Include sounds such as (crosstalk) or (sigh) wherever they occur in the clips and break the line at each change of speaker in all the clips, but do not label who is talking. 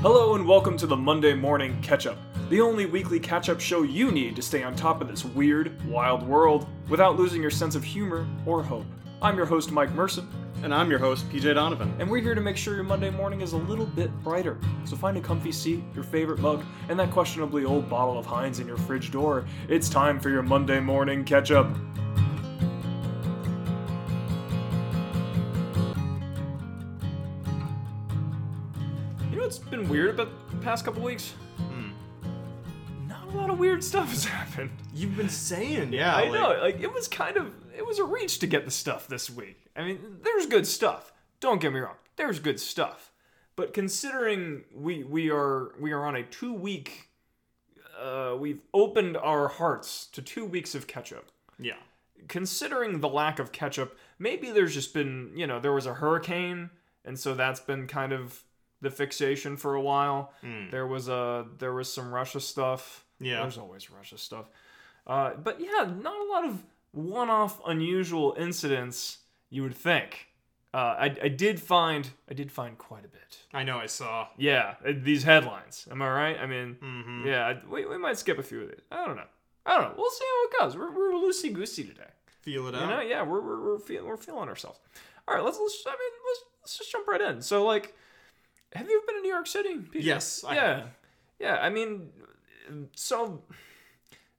Hello and welcome to the Monday Morning Catch Up, the only weekly catch up show you need to stay on top of this weird, wild world without losing your sense of humor or hope. I'm your host, Mike Merson,
And I'm your host, PJ Donovan.
and we're here to make sure your Monday morning is a little bit brighter. So find a comfy seat, your favorite mug, and that questionably old bottle of Heinz in your fridge door. It's time for your Monday Morning Catch Up. You know what's been weird about the past couple weeks? Not a lot of weird stuff has (laughs) happened.
You've been saying, yeah,
I
like,
know. Like it was kind of it was a reach to get the stuff this week. I mean, there's good stuff. Don't get me wrong. There's good stuff. But considering we we are we are on a two week uh, we've opened our hearts to two weeks of ketchup.
Yeah,
Considering the lack of ketchup, maybe there's just been, you know, there was a hurricane, and so that's been kind of the fixation for a while. There was a there was some Russia stuff.
Yeah.
there's always Russia stuff. Uh, but yeah, not a lot of one-off unusual incidents. You would think. Uh, I, I did find I did find quite a bit.
I know. I saw.
Yeah, uh, these headlines. Am I right? I mean,
Mm-hmm.
yeah, I- we, we might skip a few of these. I don't know. I don't know. We'll see how it goes. We're, we're loosey goosey today.
Feel it
You know?
out.
Yeah, we're we're we're, feel, we're feeling ourselves. All right, let's let's I mean let's let's just jump right in. So like, have you ever been to New York City? Peter?
Yes, I
yeah. Yeah. I mean, so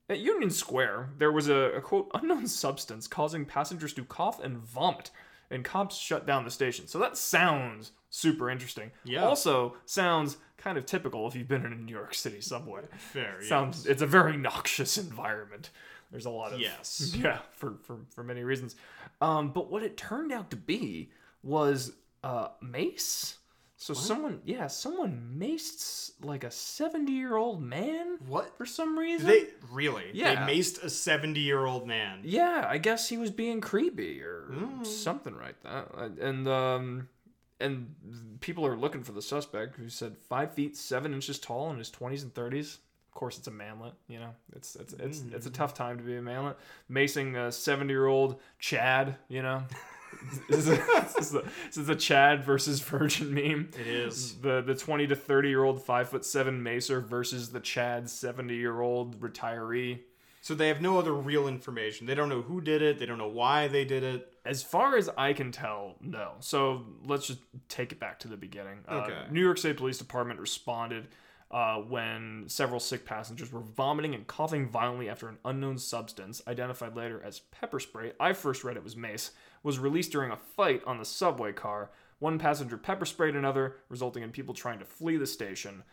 at Union Square, there was a, a quote unknown substance causing passengers to cough and vomit, and cops shut down the station. So that sounds super interesting.
Yeah.
Also sounds kind of typical if you've been in a New York City subway.
Fair. yeah.
Sounds it's a very noxious (laughs) environment. There's a lot of
Yes.
(laughs) yeah, for, for, for many reasons. Um, but what it turned out to be was uh, mace. So someone, yeah, someone maced like a 70 year old man
What?
for some reason.
They really?
Yeah.
They maced a seventy-year-old man.
yeah, I guess he was being creepy or
Hmm.
something like that. Uh, And um, and people are looking for the suspect who said five feet seven inches tall in his 20s and 30s. Of course, it's a manlet. You know, it's it's it's it's a
Hmm.
tough time to be a manlet. Macing a 70 year old Chad. You
(laughs)
know, this is a, this is a- this is a Chad versus Virgin meme.
It is.
The the twenty to thirty year old five foot seven macer versus the Chad seventy year old retiree.
So they have no other real information. They don't know who did it. They don't know why they did it.
As far as I can tell, no. So let's just take it back to the beginning.
Okay.
Uh, New York State Police Department responded uh, when several sick passengers were vomiting and coughing violently after an unknown substance, identified later as pepper spray. I first read it was mace, was released during a fight on the subway car. One passenger pepper sprayed another, resulting in people trying to flee the station.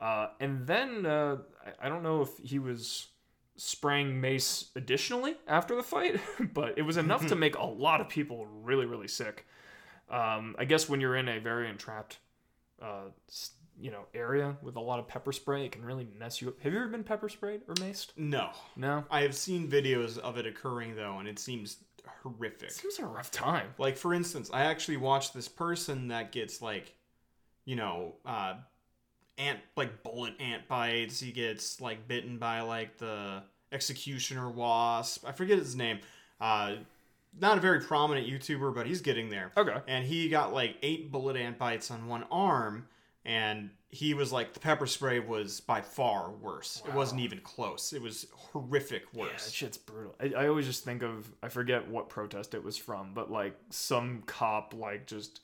Uh, and then uh, I, I don't know if he was spraying mace additionally after the fight, (laughs) but it was enough
(laughs)
to make a lot of people really, really sick. Um, I guess when you're in a very entrapped, uh, s- you know, area with a lot of pepper spray, it can really mess you up. Have you ever been pepper sprayed or maced?
No.
No.
I have seen videos of it occurring though, and it seems horrific.
Seems like a rough time.
Like for instance, I actually watched this person that gets like, you know, uh, ant like bullet ant bites. He gets like bitten by like the executioner wasp. I forget his name. Uh, not a very prominent YouTuber, but he's getting there.
Okay.
And he got like eight bullet ant bites on one arm, and he was like the pepper spray was by far worse. It wasn't even close. It was horrific
Yeah, that
worse.
shit's brutal. I, I always just think of I forget what protest it was from, but like some cop like just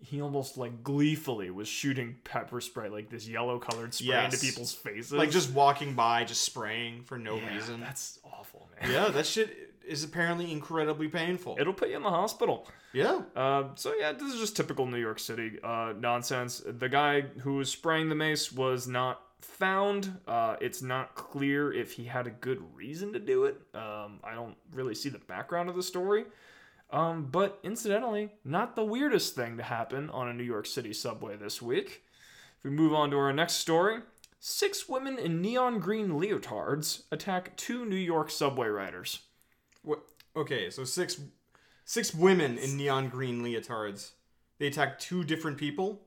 he almost like gleefully was shooting pepper spray like this yellow colored spray
Yes.
into people's faces.
like just walking by, just spraying for no
Yeah,
reason.
That's awful, man.
yeah, that shit is apparently incredibly painful.
It'll put you in the hospital.
yeah.
Um, so yeah, this is just typical New York City uh, nonsense. The guy who was spraying the mace was not found. Uh, it's not clear if he had a good reason to do it. Um, I don't really see the background of the story. Um, but incidentally, not the weirdest thing to happen on a New York City subway this week. If we move on to our next story, six women in neon green leotards attack two New York subway riders.
What? Okay, so six six women in neon green leotards. They attack two different people.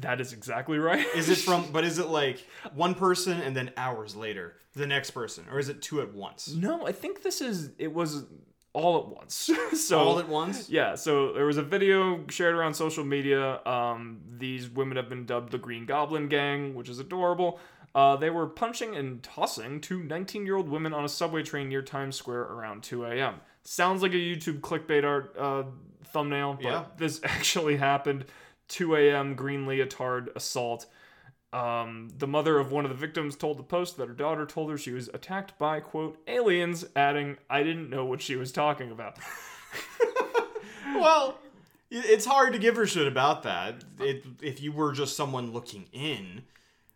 That is exactly right.
Is
(laughs)
it from? But is it like one person and then hours later the next person, or is it two at once?
No, I think this is it was all at once. (laughs) so
all at once.
yeah, so there was a video shared around social media. Um, these women have been dubbed the Green Goblin Gang, which is adorable. Uh, they were punching and tossing two 19 year old women on a subway train near Times Square around 2 a.m. Sounds like a YouTube clickbait art uh, thumbnail, but
Yeah.
this (laughs) actually happened. 2 a.m. green leotard assault. Um, the mother of one of the victims told the Post that her daughter told her she was attacked by, quote, aliens, adding, I didn't know what she was talking about.
Well, i- it's hard to give her shit about that. It, if you were just someone looking in,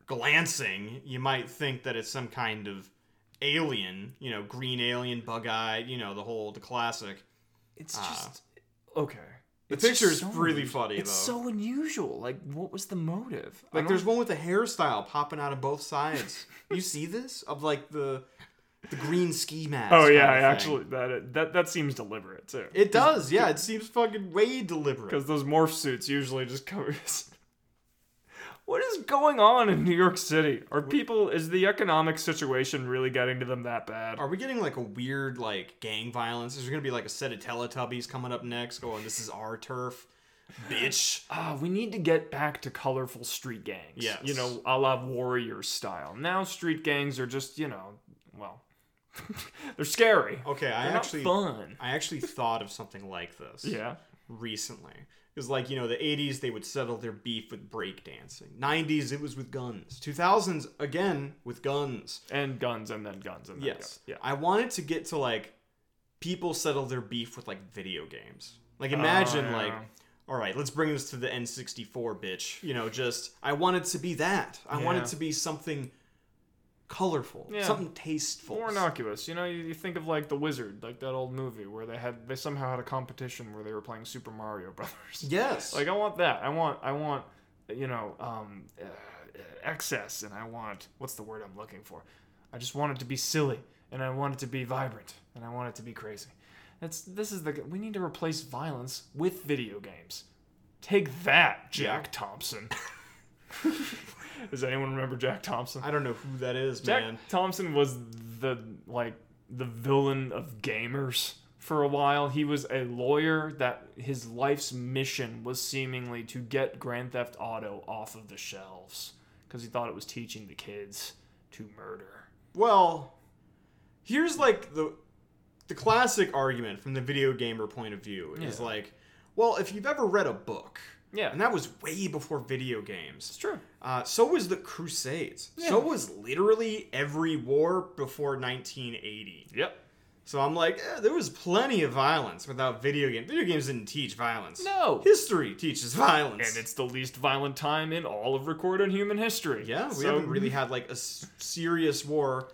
glancing, you might think that it's some kind of alien, you know, green alien, bug eyed, you know, the whole the classic.
It's
Ah.
just okay.
The
It's
picture is
so
really
un-
funny
It's
though.
so unusual. Like, what was the motive? I
like
don't-
there's one with a hairstyle popping out of both sides. you see this of like the the green ski mask.
Oh
kind
yeah, yeah,
of thing.
actually, that that that seems deliberate too.
It does, yeah. It seems fucking way deliberate.
Because those morph suits usually just cover. (laughs) what is going on in New York City? Are people? Is the economic situation really getting to them that bad?
Are we getting like a weird like gang violence? Is there gonna be like a set of Teletubbies coming up next? Going, this is our turf, bitch.
Ah, we need to get back to colorful street gangs.
Yes.
You know, a la warrior style. Now street gangs are just, you know, well, (laughs) they're scary.
Okay, I
They're
actually,
not fun.
I actually thought of something like (laughs) this.
Yeah.
recently. Because, like, you know, the 80s, they would settle their beef with breakdancing. 90s, it was with guns. 2000s, again, with guns.
and guns and then guns and then
Yes.
guns. yeah
I wanted to get to, like, people settle their beef with, like, video games. Like, imagine,
Oh, yeah.
like, all right, let's bring this to the N64, bitch. You know, just, I want it to be that. I want
Yeah.
it to be something colorful,
Yeah.
something tasteful.
more innocuous you know you, you think of like the wizard like that old movie where they had they somehow had a competition where they were playing super mario (laughs) brothers
Yes.
like i want that i want i want you know um uh, excess and i want what's the word i'm looking for i just want it to be silly and i want it to be vibrant and i want it to be crazy that's this is the we need to replace violence with video games take that jack thompson (laughs) does anyone remember jack thompson
I don't know who that is,
Jack
man.
Thompson was the like the villain of gamers for a while. He was a lawyer that his life's mission was seemingly to get Grand Theft Auto off of the shelves because he thought it was teaching the kids to murder.
Well, here's like the the classic argument from the video gamer point of view is
Yeah.
like, well, if you've ever read a book,
Yeah,
and that was way before video games.
it's true.
Uh, so was the Crusades.
Yeah.
So was literally every war before 1980.
Yep.
So I'm like, eh, there was plenty of violence without video games. Video games didn't teach violence.
No.
History teaches violence.
And it's the least violent time in all of recorded human history.
Yeah, we
So-
haven't really had like a s- serious war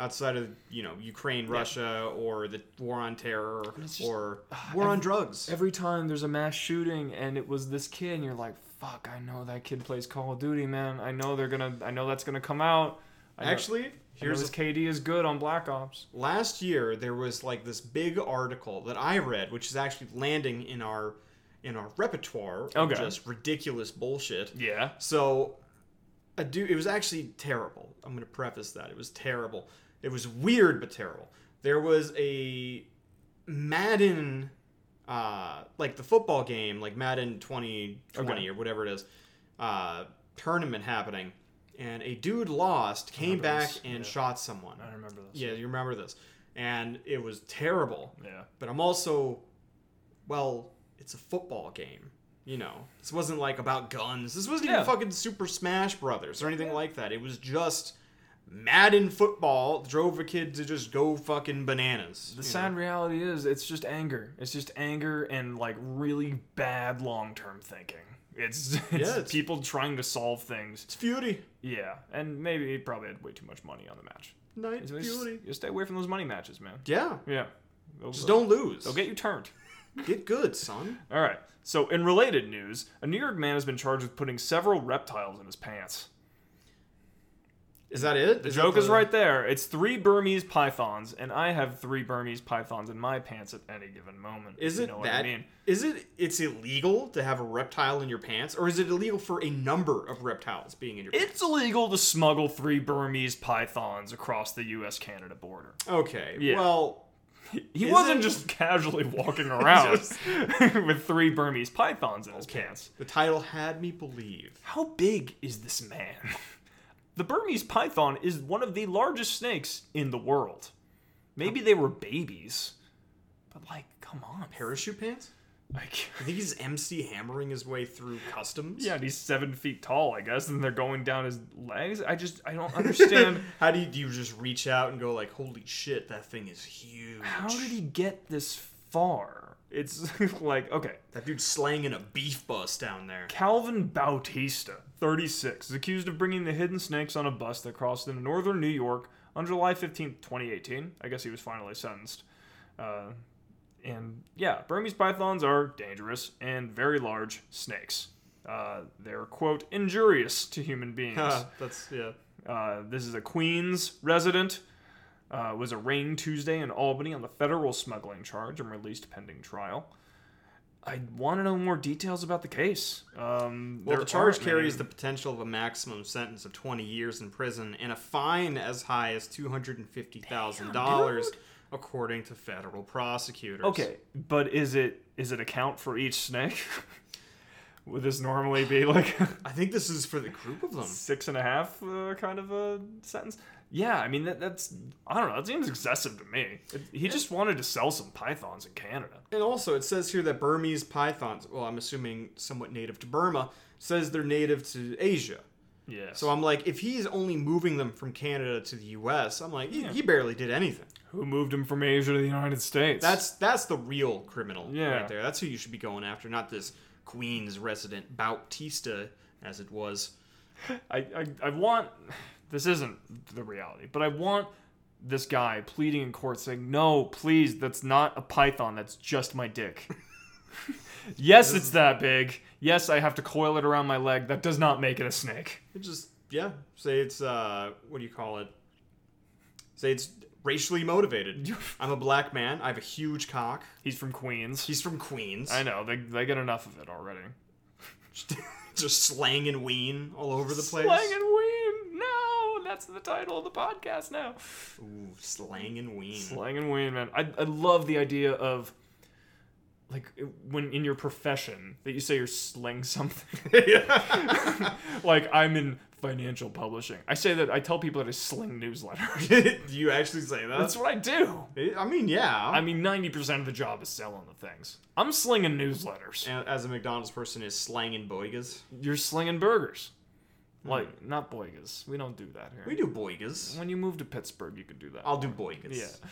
outside of you know Ukraine, Russia, or the war on terror,
it's just- uh,
or war on
(laughs)
drugs.
Every time there's a mass shooting and it was this kid, and you're like, "Fuck! I know that kid plays Call of Duty, man. I know they're gonna. I know that's gonna come out." I know-
Actually, here's
Here's
a,
KD is good on Black Ops.
last year there was like this big article that I read, which is actually landing in our in our repertoire of
Okay.
just ridiculous bullshit.
Yeah.
So, a dude, it was actually terrible. I'm going to preface that. It was terrible. It was weird, but terrible. There was a Madden, uh, like the football game, like Madden 2020
Okay.
or whatever it is, uh, tournament happening. And a dude lost, came
remember
back,
this,
and
yeah.
shot someone.
I remember this.
Yeah, you remember this. And it was terrible
Yeah.
but I'm also, well, it's a football game. You know, this wasn't like about guns. This wasn't
Yeah.
even fucking Super Smash Brothers or anything like that. It was just Madden football drove a kid to just go fucking bananas.
The
you know?
sad reality is it's just anger. It's just anger and like really bad long term thinking. It's, (laughs) it's,
it's-
people trying to solve things.
It's Fury.
Yeah. And maybe he probably had way too much money on the match.
Night
It's- it's-
Fury.
you stay away from those money matches, man.
Yeah.
Yeah. They'll-
Just don't lose.
They'll get you turned.
Get good, son.
All right. So, in related news, a New York man has been charged with putting several reptiles in his pants.
Is that it?
The
Is that
joke is right there. It's three Burmese pythons, and I have three Burmese pythons in my pants at any given moment. if
Is
you
it
know what I
that?
mean?
Is it? It's illegal to have a reptile in your pants, or is it illegal for a number of reptiles being in your pants?
It's illegal to smuggle three Burmese pythons across the U.S.-Canada border.
Okay.
Yeah.
Well,
He, he
Is
wasn't
it?
just (laughs) casually walking
(laughs)
around
Just-
(laughs) with three Burmese pythons in his pants.
The title had me believe.
How big is this man? (laughs) The Burmese python is one of the largest snakes in the world. Maybe they were babies, but like, come on, Harry.
Parachute pants?
Like,
I think he's MC hammering his way through customs.
yeah, and he's seven feet tall, I guess, and they're going down his legs. I just, I don't
(laughs)
understand.
How do you, do you just reach out and go like, "Holy shit, that thing is huge"?
How did he get this far? It's (laughs) like, okay,
That dude's slanging a beef bus down there.
Calvin Bautista, 36, is accused of bringing the hidden snakes on a bus that crossed into northern New York on July 15, 2018. I guess he was finally sentenced. Uh, and yeah, Burmese pythons are dangerous and very large snakes. Uh, they're, quote, injurious to human beings.
that's yeah.
Uh, this is a Queens resident. Uh, was arraigned Tuesday in Albany on the federal smuggling charge and released pending trial. I want to know more details about the case. Um,
Well,
there
the charge
aren't
carries the
many.
potential of a maximum sentence of 20 years in prison and a fine as high as $250,000,
Damn, dude.
according to federal prosecutors.
Okay, but is it is it a count for each snake? (laughs) Would this normally be like (laughs) a
I think this is for the group of them.
six and a half uh, kind of a sentence? Yeah, I mean that, that's I don't know. That seems excessive to me. It, he just wanted to sell some pythons in Canada.
And also, it says here that Burmese pythons, well, I'm assuming somewhat native to Burma, says they're native to Asia.
Yeah.
So I'm like, if he's only moving them from Canada to the U.S., I'm like, he, he barely did anything.
who moved him from Asia to the United States?
That's that's the real criminal
Yeah.
right there. That's who you should be going after, not this Queens resident Bautista, as it was.
I, I, I want this isn't the reality, but I want this guy pleading in court saying, No, please, that's not a python, that's just my dick. yes, it's that big. Yes, I have to coil it around my leg. That does not make it a snake.
It just yeah, say it's uh, what do you call it? Say it's racially
(laughs)
motivated. I'm a black man. I have a huge cock.
He's from Queens.
He's from Queens. (laughs)
I know, they, they get enough of it already.
just slang and ween all over the place.
Slang and Ween! No! That's the title of the podcast now.
Ooh, slang and ween.
Slang and Ween, man. I, I love the idea of like when in your profession that you say you're slang something. (laughs) like I'm in financial publishing. I say that I tell people that I sling newsletters.
(laughs)
(laughs)
do you actually say that?
That's what I do.
I mean, yeah.
I mean, 90% of the job is selling the things. I'm slinging newsletters.
A- as a McDonald's person, is slanging boigas.
You're slinging burgers. Like, not boigas. We don't do that here.
Hmm. We do boigas.
When you move to Pittsburgh, you could do that.
I'll do boigas.
yeah.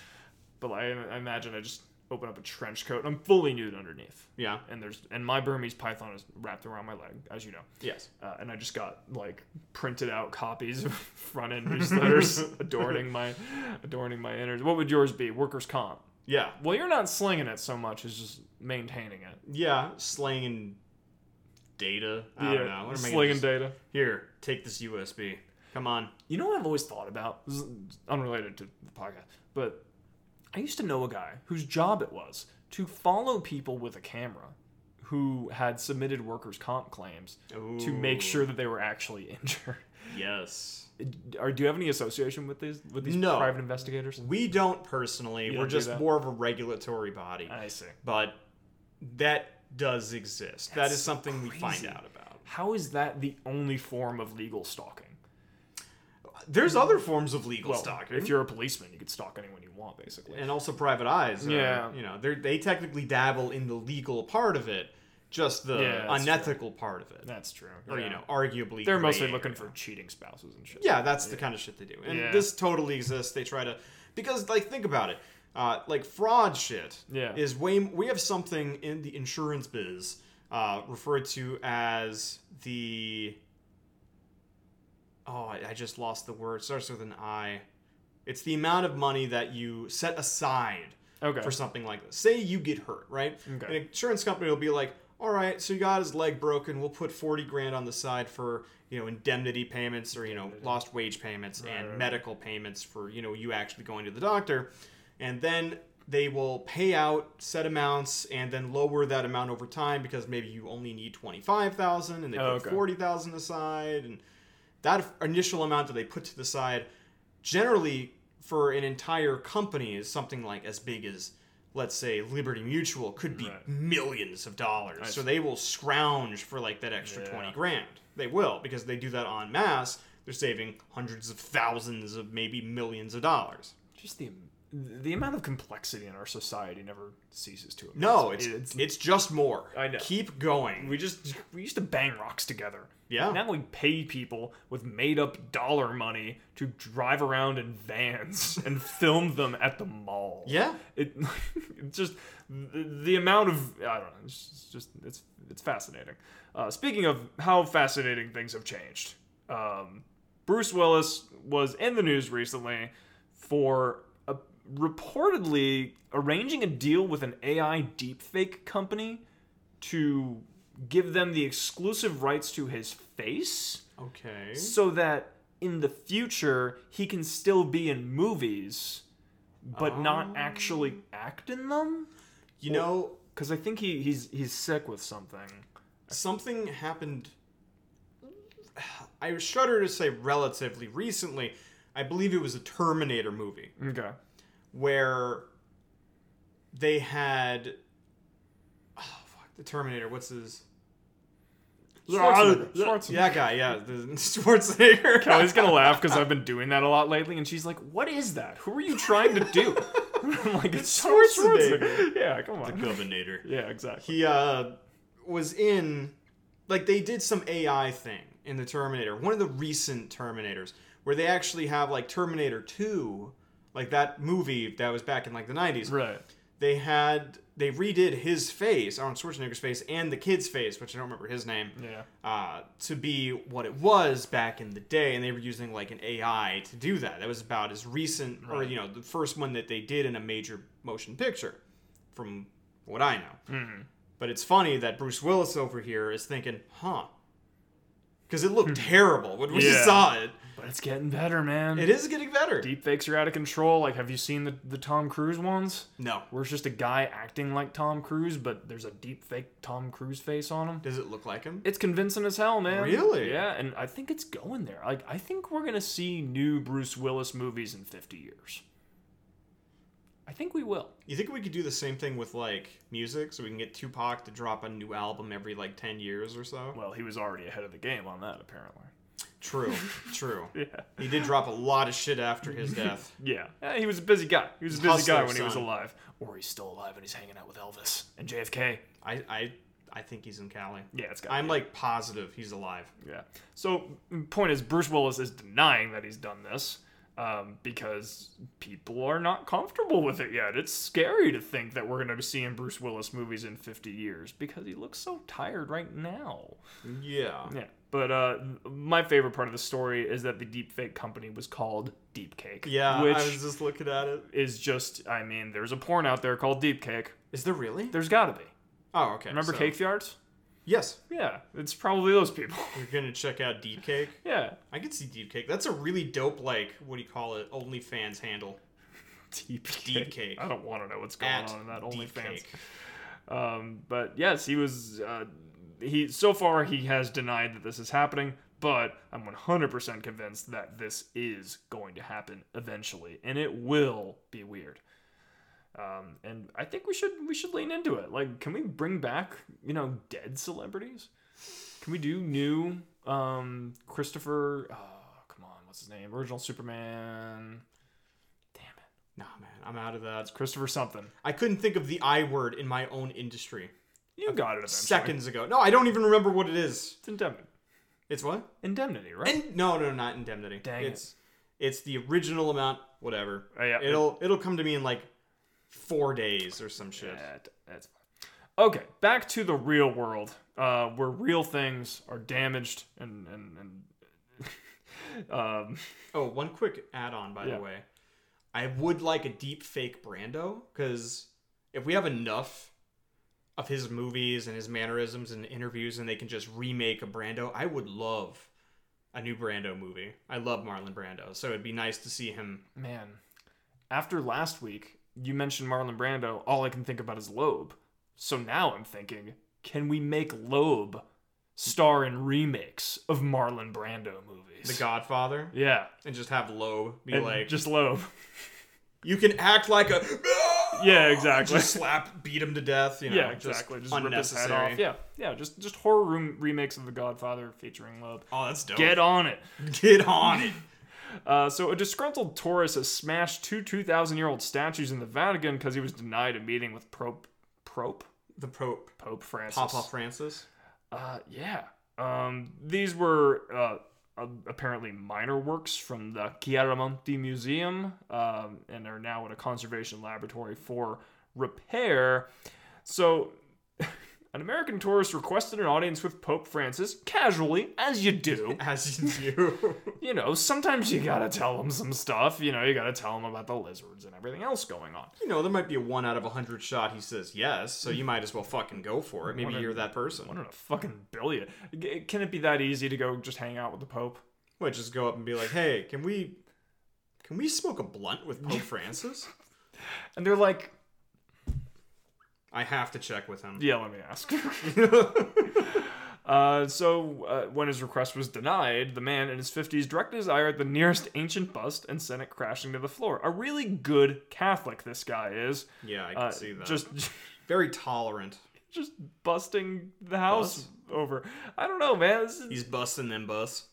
But I, I imagine I just open up a trench coat and I'm fully nude underneath.
Yeah.
And there's and my Burmese python is wrapped around my leg, as you know.
Yes.
uh, and I just got like printed out copies of (laughs) front
(laughs)
end newsletters adorning my adorning my innards. What would yours be? Workers comp.
Yeah.
Well, you're not slinging it so much as just maintaining it.
Yeah. Slanging data. I don't know. What am I gonna
slinging
just-
data.
Here, take this USB. Come on.
You know what I've always thought about? This is unrelated to the podcast, but I used to know a guy whose job it was to follow people with a camera who had submitted workers comp claims to make
Ooh.
sure that they were actually (laughs) injured.
Yes.
Or do you have any association with these with these
No.
private investigators?
We don't personally.
You
We're
don't do
just
that? Uh,
more of a regulatory body.
I see.
but that does exist. That
That's
is
so
something we find
crazy.
out about.
How is that the only form of legal stalking?
There's other forms of legal stalking.
if you're a policeman, you could stalk anyone you want, basically.
and also private eyes. Are,
Yeah.
You know, they they technically dabble in the legal part of it, just the
Yeah, that's
unethical part of it.
That's true.
Or,
Yeah.
you know, arguably.
they're mostly
gray
looking
area.
for cheating spouses and shit.
Yeah, that's the kind of shit they do. And
Yeah.
this totally exists. They try to. Because, like, think about it. Uh, like, fraud shit
Yeah.
is way. m- We have something in the insurance biz uh, referred to as the. Oh, I I just lost the word. It starts with an I. It's the amount of money that you set aside
Okay.
for something like this. Say you get hurt, right?
Okay.
An insurance company will be like, "All right, so you got his leg broken. We'll put forty grand on the side for you know indemnity payments or you know lost wage payments and
right,
medical payments for you know you actually going to the doctor," and then they will pay out set amounts and then lower that amount over time because maybe you only need twenty five thousand and they
Oh,
put
okay.
forty thousand aside and that initial amount that they put to the side generally for an entire company is something like as big as let's say Liberty Mutual could be
Right.
millions of dollars.
I
so
see.
they will scrounge for like that extra
Yeah.
20 grand. They will because they do that en masse. They're saving hundreds of thousands of maybe millions of dollars.
Just the the amount of complexity in our society never ceases to amaze.
No,
me.
it's it's, just more.
I know.
Keep going.
we just we used to bang rocks together.
Yeah.
Now we pay people with made up dollar money to drive around in vans (laughs) and film them at the mall.
yeah.
(laughs) It it's just the, the amount of I don't know. It's just- it's just it's it's fascinating. Uh, speaking of how fascinating things have changed, um, Bruce Willis was in the news recently for uh reportedly arranging a deal with an AI deepfake company to give them the exclusive rights to his face
Okay.
so that in the future he can still be in movies but not actually act in them
You know,
because i think he, he's he's sick with something
something happened (sighs) I shudder to say relatively recently. I believe it was a Terminator movie.
okay
where they had oh fuck the Terminator. What's his?
Schwarzenegger. Schwarzenegger.
Yeah, guy. Yeah, the (laughs) Schwarzenegger. (laughs)
kelly's gonna laugh because i've been doing that a lot lately and she's like what is that who are you trying to (laughs) do i'm like it's Arnold
Schwarzenegger."
Schwarzenegger. yeah come on
Governator.
yeah exactly
He uh was in like they did some AI thing in the Terminator, one of the recent Terminators, where they actually have like Terminator Two, like that movie that was back in like the nineties.
right
They had they redid his face, Arnold Schwarzenegger's face, and the kid's face, which I don't remember his name.
yeah
uh, to be what it was back in the day, and they were using like an AI to do that. That was about as recent, or you know, the first one that they did in a major motion picture, from what I know. But it's funny that Bruce Willis over here is thinking, huh? Because it looked terrible when we
Yeah.
saw it.
but it's getting better man
It is getting better.
deep fakes are out of control like have you seen the, the tom cruise ones
No.
where it's just a guy acting like Tom Cruise, but there's a deep fake Tom Cruise face on him.
Does it look like him?
It's convincing as hell, man.
Really?
Yeah, and I think it's going there. Like I think we're gonna see new Bruce Willis movies in 50 years. I think we will.
You think we could do the same thing with like music, so we can get Tupac to drop a new album every like ten years or so?
Well, he was already ahead of the game on that, apparently. (laughs)
True. True.
Yeah.
He did drop a lot of shit after his death.
Yeah. Eh, he was a busy guy. He was a busy
Hustler,
guy when he was
son.
alive. Or he's still alive and he's hanging out with Elvis and JFK.
I, I, I think he's in Cali.
Yeah, it's got.
I'm like positive he's alive.
Yeah. So m- point is, Bruce Willis is denying that he's done this um, because people are not comfortable with it yet. It's scary to think that we're going to be seeing Bruce Willis movies in 50 years because he looks so tired right now.
Yeah.
Yeah. But uh, my favorite part of the story is that the deepfake company was called Deepcake.
Yeah.
Which
I was just looking at it.
is just, I mean, there's a porn out there called Deepcake.
Is there really?
There's got to be.
Oh, okay.
Remember
so-
Cake the Arts?
Yes.
Yeah, it's probably those people. (laughs)
You're gonna check out Deep Cake.
yeah.
I could see Deep Cake. That's a really dope, like, what do you call it? OnlyFans handle
Deep cake.
Deep cake.
I don't want to know what's going
at
on in that
Deep
Oh, OnlyFans.
Cake.
Um, but yes, he was. Uh, he so far he has denied that this is happening, but I'm 100% convinced that this is going to happen eventually, and it will be weird. Um, and I think we should we should lean into it. Like, can we bring back you know dead celebrities? Can we do new um, Christopher? Oh, come on, what's his name? Original Superman. Damn it.
Nah, man, I'm out of that.
Christopher something.
I couldn't think of the I word in my own industry
You got it eventually.
seconds ago. No, I don't even remember what it is.
It's indemnity.
It's what?
Indemnity, right?
And no, no, not indemnity.
Dang it.
it's it's the original amount. Whatever.
Oh, yeah.
It'll it'll come to me in like four days or some shit.
Yeah, th- that's fine. Okay, back to the real world, uh, where real things are damaged and and, and (laughs) um,
Oh, one quick add-on by
Yeah.
the way. I would like a deep fake Brando because if we have enough of his movies and his mannerisms and interviews, and they can just remake a Brando, I would love a new Brando movie. I love Marlon Brando, so it'd be nice to see him.
man. After last week, you mentioned Marlon Brando. All I can think about is Loeb. So now I'm thinking, can we make Loeb star in remakes of Marlon Brando movies.
The Godfather,
yeah,
and just have Loeb be
and
like,
just Loeb.
you can act like a. "Ah!"
Yeah, exactly.
Just slap, beat him to death. You know,
yeah, exactly. Just,
Just
rip his head
unnecessary.
off. Yeah, yeah. Just just horror room remakes of The Godfather featuring Loeb.
Oh, that's dope.
Get on it.
Get on
(laughs)
it.
Uh, so a disgruntled tourist has smashed two 2,000 year old statues in the Vatican because he was denied a meeting with Pope Pope
The Pope,
Pope Francis.
Papa Francis.
Uh, yeah. Um, these were uh, uh, apparently minor works from the Chiaramonti Museum um, and are now at a conservation laboratory for repair. So, (laughs) an American tourist requested an audience with Pope Francis casually, as you
(laughs)
do.
As you do.
You know, sometimes you gotta tell him some stuff. You know, you gotta tell him about the lizards and everything else going on.
you know, there might be a one out of a hundred shot he says yes, so you might as well fucking go for it. Maybe
One in-
you're that person.
One in a fucking billion. G- Can it be that easy to go just hang out with the Pope?
Might just go up and be like, hey, can we can we smoke a blunt with Pope Francis?
And they're like,
I have to check with him.
Yeah, let me
(laughs)
ask. (laughs) uh, so, uh, when his request was denied, the man in his 50s directed his ire at the nearest ancient bust and sent it crashing to the floor. A really good Catholic, this guy is.
Yeah, I can
Uh,
see that.
Just, (laughs)
very tolerant.
just busting the house over. I don't know, man. This is,
He's busting them bus.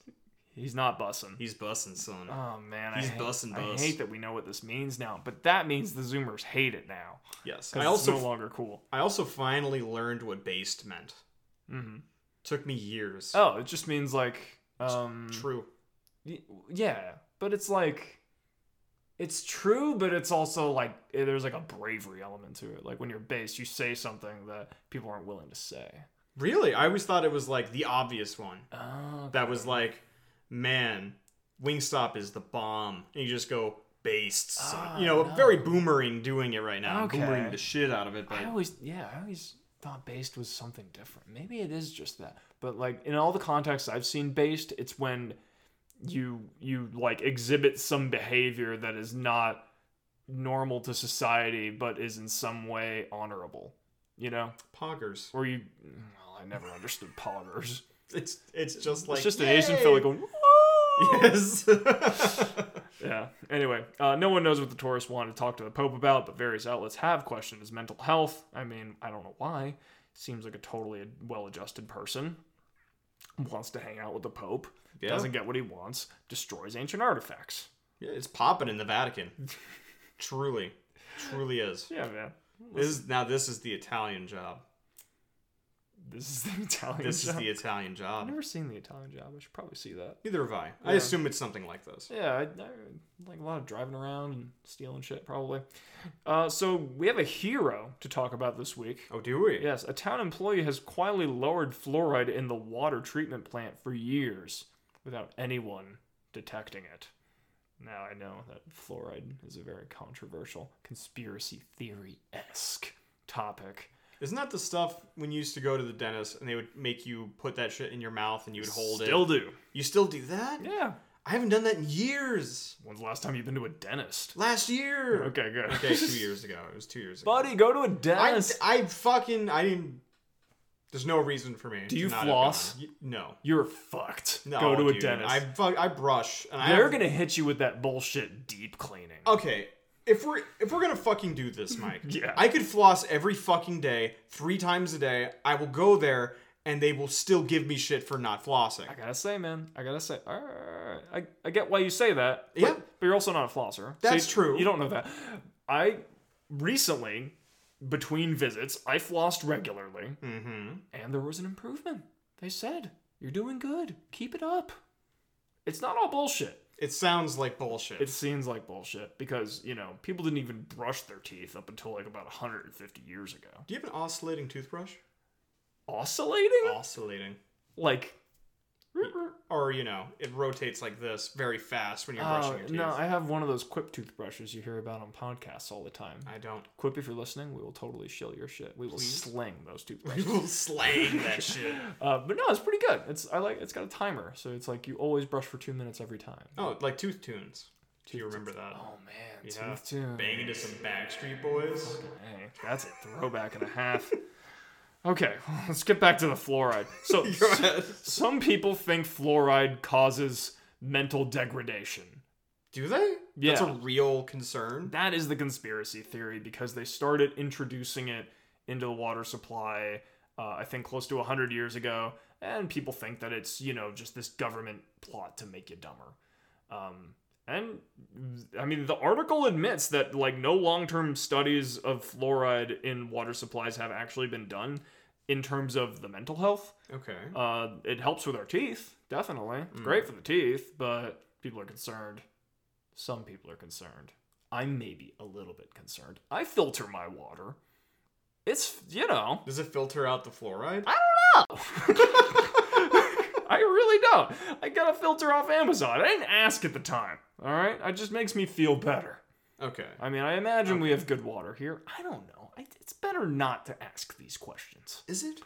he's not bussing.
He's busting son.
Oh man,
He's
I hate,
bussin'
I
bus.
hate that we know what this means now, but that means the Zoomers hate it now.
yes.
'cause
I also
it's no longer cool.
I also finally learned what based meant.
hmm
Took me years.
Oh, it just means like um,
True.
Y- yeah but it's like it's true but it's also like eh, there's like a bravery element to it like when you're based you say something that people aren't willing to say
Really? I always thought it was like the obvious one.
oh
that was like, man, Wingstop is the bomb. And you just go based, son.
Ah,
you know,
no.
very boomering doing it right now.
Okay.
Boomering the shit out of it, but
i always yeah i always thought based was something different maybe it is just that but like in all the contexts i've seen based it's when you you like exhibit some behavior that is not normal to society but is in some way honorable you know
poggers.
Or you? Well, I never understood poggers.
It's it's just like
it's just an Asian
"Yay!"
fella going.
(laughs)
(laughs)
Yes.
Yeah. Anyway, uh, no one knows what the tourist wanted to talk to the Pope about, but various outlets have questioned his mental health. I mean, I don't know why. Seems like a totally well-adjusted person. Wants to hang out with the Pope.
Yeah.
Doesn't get what he wants. Destroys ancient artifacts.
yeah, it's popping in
(laughs)
the Vatican. truly. Truly is.
Yeah, man.
This is now this is the Italian job.
This is the Italian
This
job.
is the Italian
I've
job.
never seen the Italian job. I should probably see that.
Neither have I. I
Yeah.
assume it's something like this.
Yeah, I, I like a lot of driving around and stealing shit, probably. Uh, so we have a hero to talk about this week.
Oh, do we?
Yes, a town employee has quietly lowered fluoride in the water treatment plant for years without anyone detecting it. Now I know that fluoride is a very controversial, conspiracy theory esque topic.
Isn't that the stuff when you used to go to the dentist and they would make you put that shit in your mouth and you would hold it?
Still do.
You still do that?
Yeah.
I haven't done that in years.
When's the last time you've been to a dentist?
Last year.
Okay, good. (laughs)
Okay, two years ago. It was two years ago.
Buddy, go to a
I,
dentist.
I fucking I didn't. There's no reason for me. Do
you floss?
No.
You're fucked.
No.
go to
dude.
a dentist.
I fuck. I brush and I.
They're
have-
gonna hit you with that bullshit deep cleaning.
Okay. If we're if we're gonna fucking
(laughs)
do this, Mike.
Yeah.
I could floss every fucking day, three times a day. I will go there and they will still give me shit for not flossing.
I gotta say, man, I gotta say, alright, I, I get why you say that. But,
Yeah.
But you're also not a flosser. So
That's
you-
true.
You don't know that. I recently, between visits, I flossed regularly
Mm-hmm.
and there was an improvement. They said, you're doing good. Keep it up. It's not all bullshit.
It sounds like bullshit.
It seems like bullshit because, you know, people didn't even brush their teeth up until like about 150 years ago.
do you have an oscillating toothbrush?
Oscillating?
Oscillating.
Like,
or you know it rotates like this very fast when you're
Oh,
brushing your teeth.
No, I have one of those Quip toothbrushes you hear about on podcasts all the time.
I
(laughs)
don't.
Quip, if you're listening, we will totally shill your shit. We will sling those toothbrushes. (laughs)
People slang that (laughs) shit.
uh, but no, it's pretty good. It's I like. It's got a timer, so it's like you always brush for two minutes every time.
Oh, like Tooth Tunes. Do you remember that?
Oh man,
Yeah.
tooth tune. (laughs)
Banging to some Backstreet Boys.
Hey, that's a throwback and a half. (laughs) Okay, (laughs) let's get back to the fluoride.
(laughs)
So,
Yes.
some people think fluoride causes mental degradation.
Do they? That's
Yeah.
a real concern.
That is the conspiracy theory because they started introducing it into the water supply, uh, I think close to 100 years ago, and people think that it's, you know, just this government plot to make you dumber. Um, and I mean, the article admits that, like, no long term studies of fluoride in water supplies have actually been done in terms of the mental health.
Okay.
Uh, it helps with our teeth, definitely. It's great for the teeth, but people are concerned. Some people are concerned. I'm maybe a little bit concerned. I filter my water. It's you know, (laughs)
Does it filter out the fluoride?
I don't know. I really don't. I got a filter off Amazon. I didn't ask at the time. All right, it just makes me feel better.
Okay.
I mean, I imagine we have good water here. I don't know. I, it's better not to ask these questions.
Is it?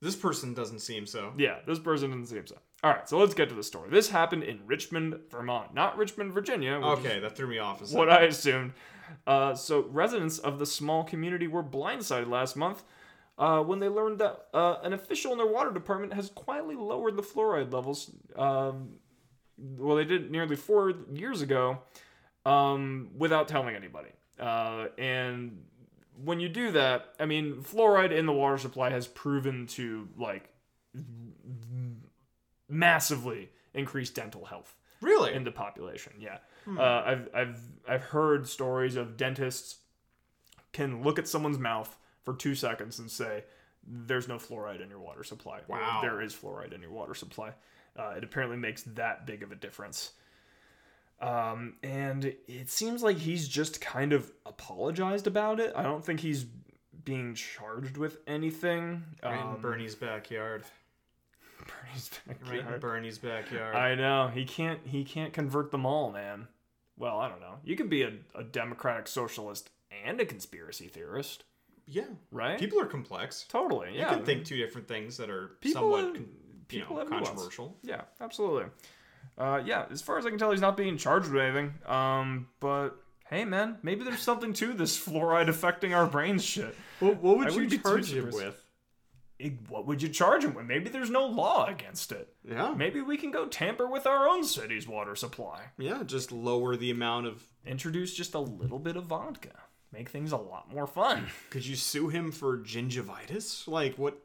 This person doesn't seem so.
Yeah, this person doesn't seem so. All right, so let's get to the story. This happened in Richmond, Vermont, not Richmond, Virginia. Which
Okay, that threw me off. A
is what
second.
I assumed. Uh, so residents of the small community were blindsided last month uh, when they learned that uh, an official in their water department has quietly lowered the fluoride levels. Um, well, they did it nearly four years ago um, without telling anybody. Uh, and when you do that, I mean, fluoride in the water supply has proven to like massively increase dental health
really?
in the population. Yeah,
Hmm.
uh, I've I've I've heard stories of dentists can look at someone's mouth for two seconds and say, "There's no fluoride in your water supply." or,
Wow.
there is fluoride in your water supply. Uh, it apparently makes that big of a difference. Um, and it seems like he's just kind of apologized about it. I don't think he's being charged with anything.
right in
Um,
Bernie's backyard.
(laughs) Bernie's
Right
backyard.
in Bernie's backyard.
I know he can't. He can't convert them all, man. Well, I don't know. You could be a, a democratic socialist and a conspiracy theorist,
yeah.
right?
People are complex.
totally. Yeah.
You can think two different things that are
People
somewhat
are-
con- you
people
know,
have nuance.
controversial.
Yeah, absolutely. Uh, yeah. As far as I can tell, he's not being charged with anything. Um, but hey, man, maybe there's something to this fluoride affecting our brains shit.
What, what
I
would you
wouldn't be too
charge him
surprised.
with?
It- what would you charge him with? Maybe there's no law against it.
Yeah.
Maybe we can go tamper with our own city's water supply.
Yeah, just lower the amount of.
Introduce just a little bit of vodka. Make things a lot more fun.
Could you sue him for gingivitis? Like, what?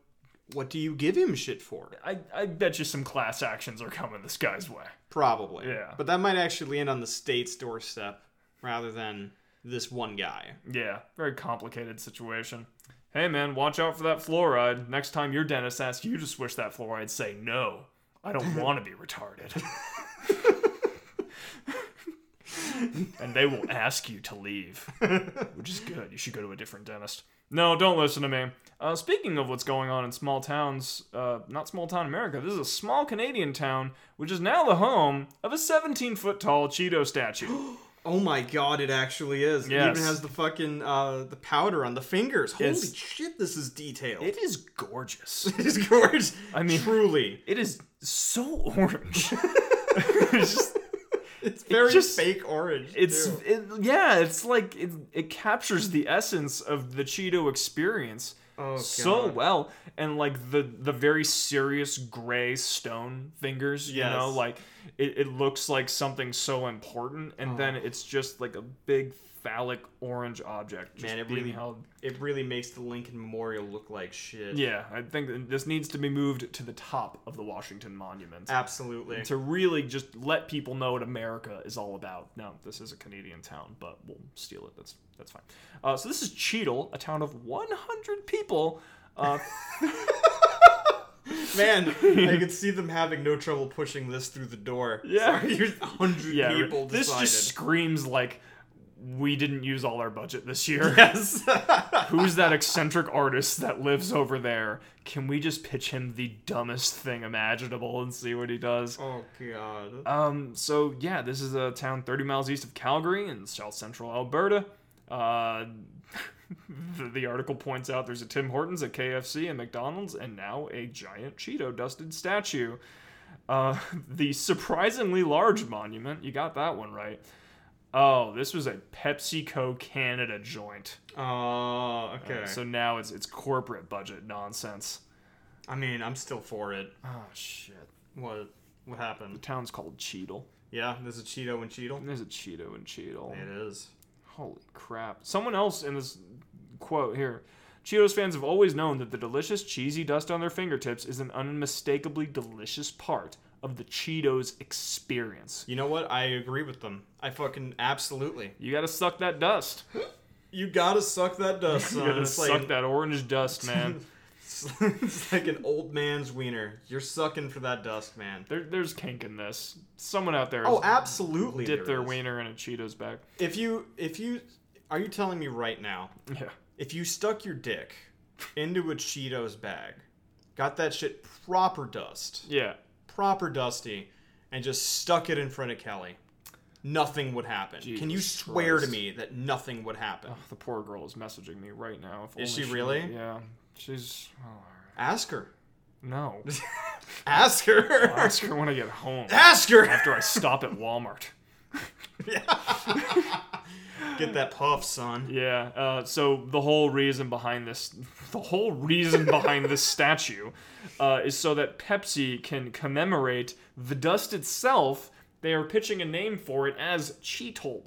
What do you give him shit for?
I, I bet you some class actions are coming this guy's way.
Probably.
Yeah.
But that might actually land on the state's doorstep rather than this one guy.
Yeah, very complicated situation. Hey man, watch out for that fluoride. Next time your dentist asks you to swish that fluoride, say no. I don't want to be retarded. and they will ask you to leave, which is good. You should go to a different dentist. No, don't listen to me. Uh, speaking of what's going on in small towns, uh, not small town America, this is a small Canadian town which is now the home of a 17 foot tall Cheeto statue.
Oh my god, it actually is. It
Yes.
even has the fucking uh the powder on the fingers. Holy
It's-
shit, this is detailed. (laughs)
It is gorgeous.
it is gorgeous.
I mean-
truly.
It is so
(laughs)
orange. it's just,
It's very
just-
fake orange.
it's
too.
it, yeah, it's like it, it captures the essence of the Cheeto experience
Oh,
so
God.
well, and like the the very serious gray stone fingers, you know,
Yes.
like it, it looks like something so important, and then
Oh.
it's just like a big phallic orange object just
Man, it
being
really-
held.
it really makes the Lincoln Memorial look like shit.
Yeah, I think that this needs to be moved to the top of the Washington Monument. (laughs)
Absolutely.
to really just let people know what America is all about. No, this is a Canadian town, but we'll steal it. That's that's fine. Uh, so this is Cheadle, a town of 100 people. Uh,
Man, I
(laughs)
could see them having no trouble pushing this through the door.
Yeah.
(laughs) Sorry, here's a hundred
yeah,
people
this
decided.
just screams like we didn't use all our budget this year.
Yes.
(laughs)
(laughs)
Who's that eccentric artist that lives over there? Can we just pitch him the dumbest thing imaginable and see what he does?
oh god.
Um, so yeah, this is a town 30 miles east of Calgary in south central Alberta. Uh, (laughs) the, the article points out there's a Tim Hortons, a KFC, a McDonald's, and now a giant Cheeto dusted statue. (laughs) Uh, the surprisingly large monument, you got that one right, Oh, this was a PepsiCo Canada joint.
Oh,
Uh,
okay.
so now it's it's corporate budget nonsense.
I mean, I'm still for it.
Oh shit.
What what
The
happened?
town's called Cheadle.
Yeah, there's a Cheeto and Cheetle.
And there's a Cheeto in Cheadle.
It is.
Holy crap. Someone else in this quote here Cheetos fans have always known that the delicious cheesy dust on their fingertips is an unmistakably delicious part of the Cheetos experience.
You know what? I agree with them. I fucking absolutely.
You gotta suck that dust.
You gotta suck that
(laughs)
dust,
You
son.
gotta
It's
suck
like,
that orange (laughs) dust, man.
(laughs) it's like an old man's wiener. You're sucking for that dust, man.
there, there's kink in this. Someone out there has
Oh, absolutely.
dipped
there
their
is.
wiener in a Cheetos bag.
If you, if you, are you telling me right now,
Yeah.
if you stuck your dick into a Cheetos bag, got that shit proper dust,
Yeah.
proper dusty, and just stuck it in front of Kelly, nothing would happen. Can you
Jesus
swear
Christ.
to me that nothing would happen?
The poor girl is messaging me right now. If
Is
only
she really?
Yeah. She's. Oh, all right.
Ask her.
(laughs) no.
Ask her.
Ask her when I get (laughs) home.
(laughs) Ask her. (laughs)
After I stop at Walmart.
Get that puff, son.
Yeah. Uh, so the whole reason behind this, (laughs) the whole
(laughs)
reason behind this statue, uh, is so that Pepsi can commemorate the dust itself. They are pitching a name for it as Cheetle.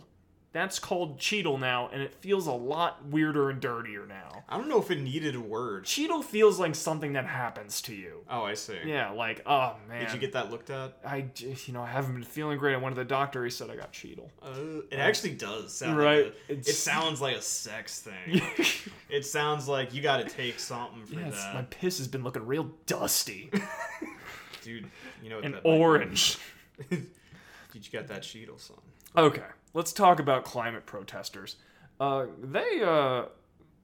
That's called Cheetle now, and it feels a lot weirder and dirtier now.
I don't know if it needed a word.
Cheetle feels like something that happens to you.
Oh, I see.
Yeah, like oh man.
Did you get that looked at?
I j- you know I haven't been feeling great. I went to the doctor. He said I got
(laughs)
Cheetle.
Uh, it actually does sound
Oh. Right.
Like a- it
It's-
sounds like a sex
(laughs)
thing. it sounds like you got to take something for
Yes,
that,
my piss has been looking real
(laughs)
dusty
dude. You know what
and
that might
orange.
be. Did you got that Cheetle, son?
Okay, let's talk about climate protesters. Uh, they, uh,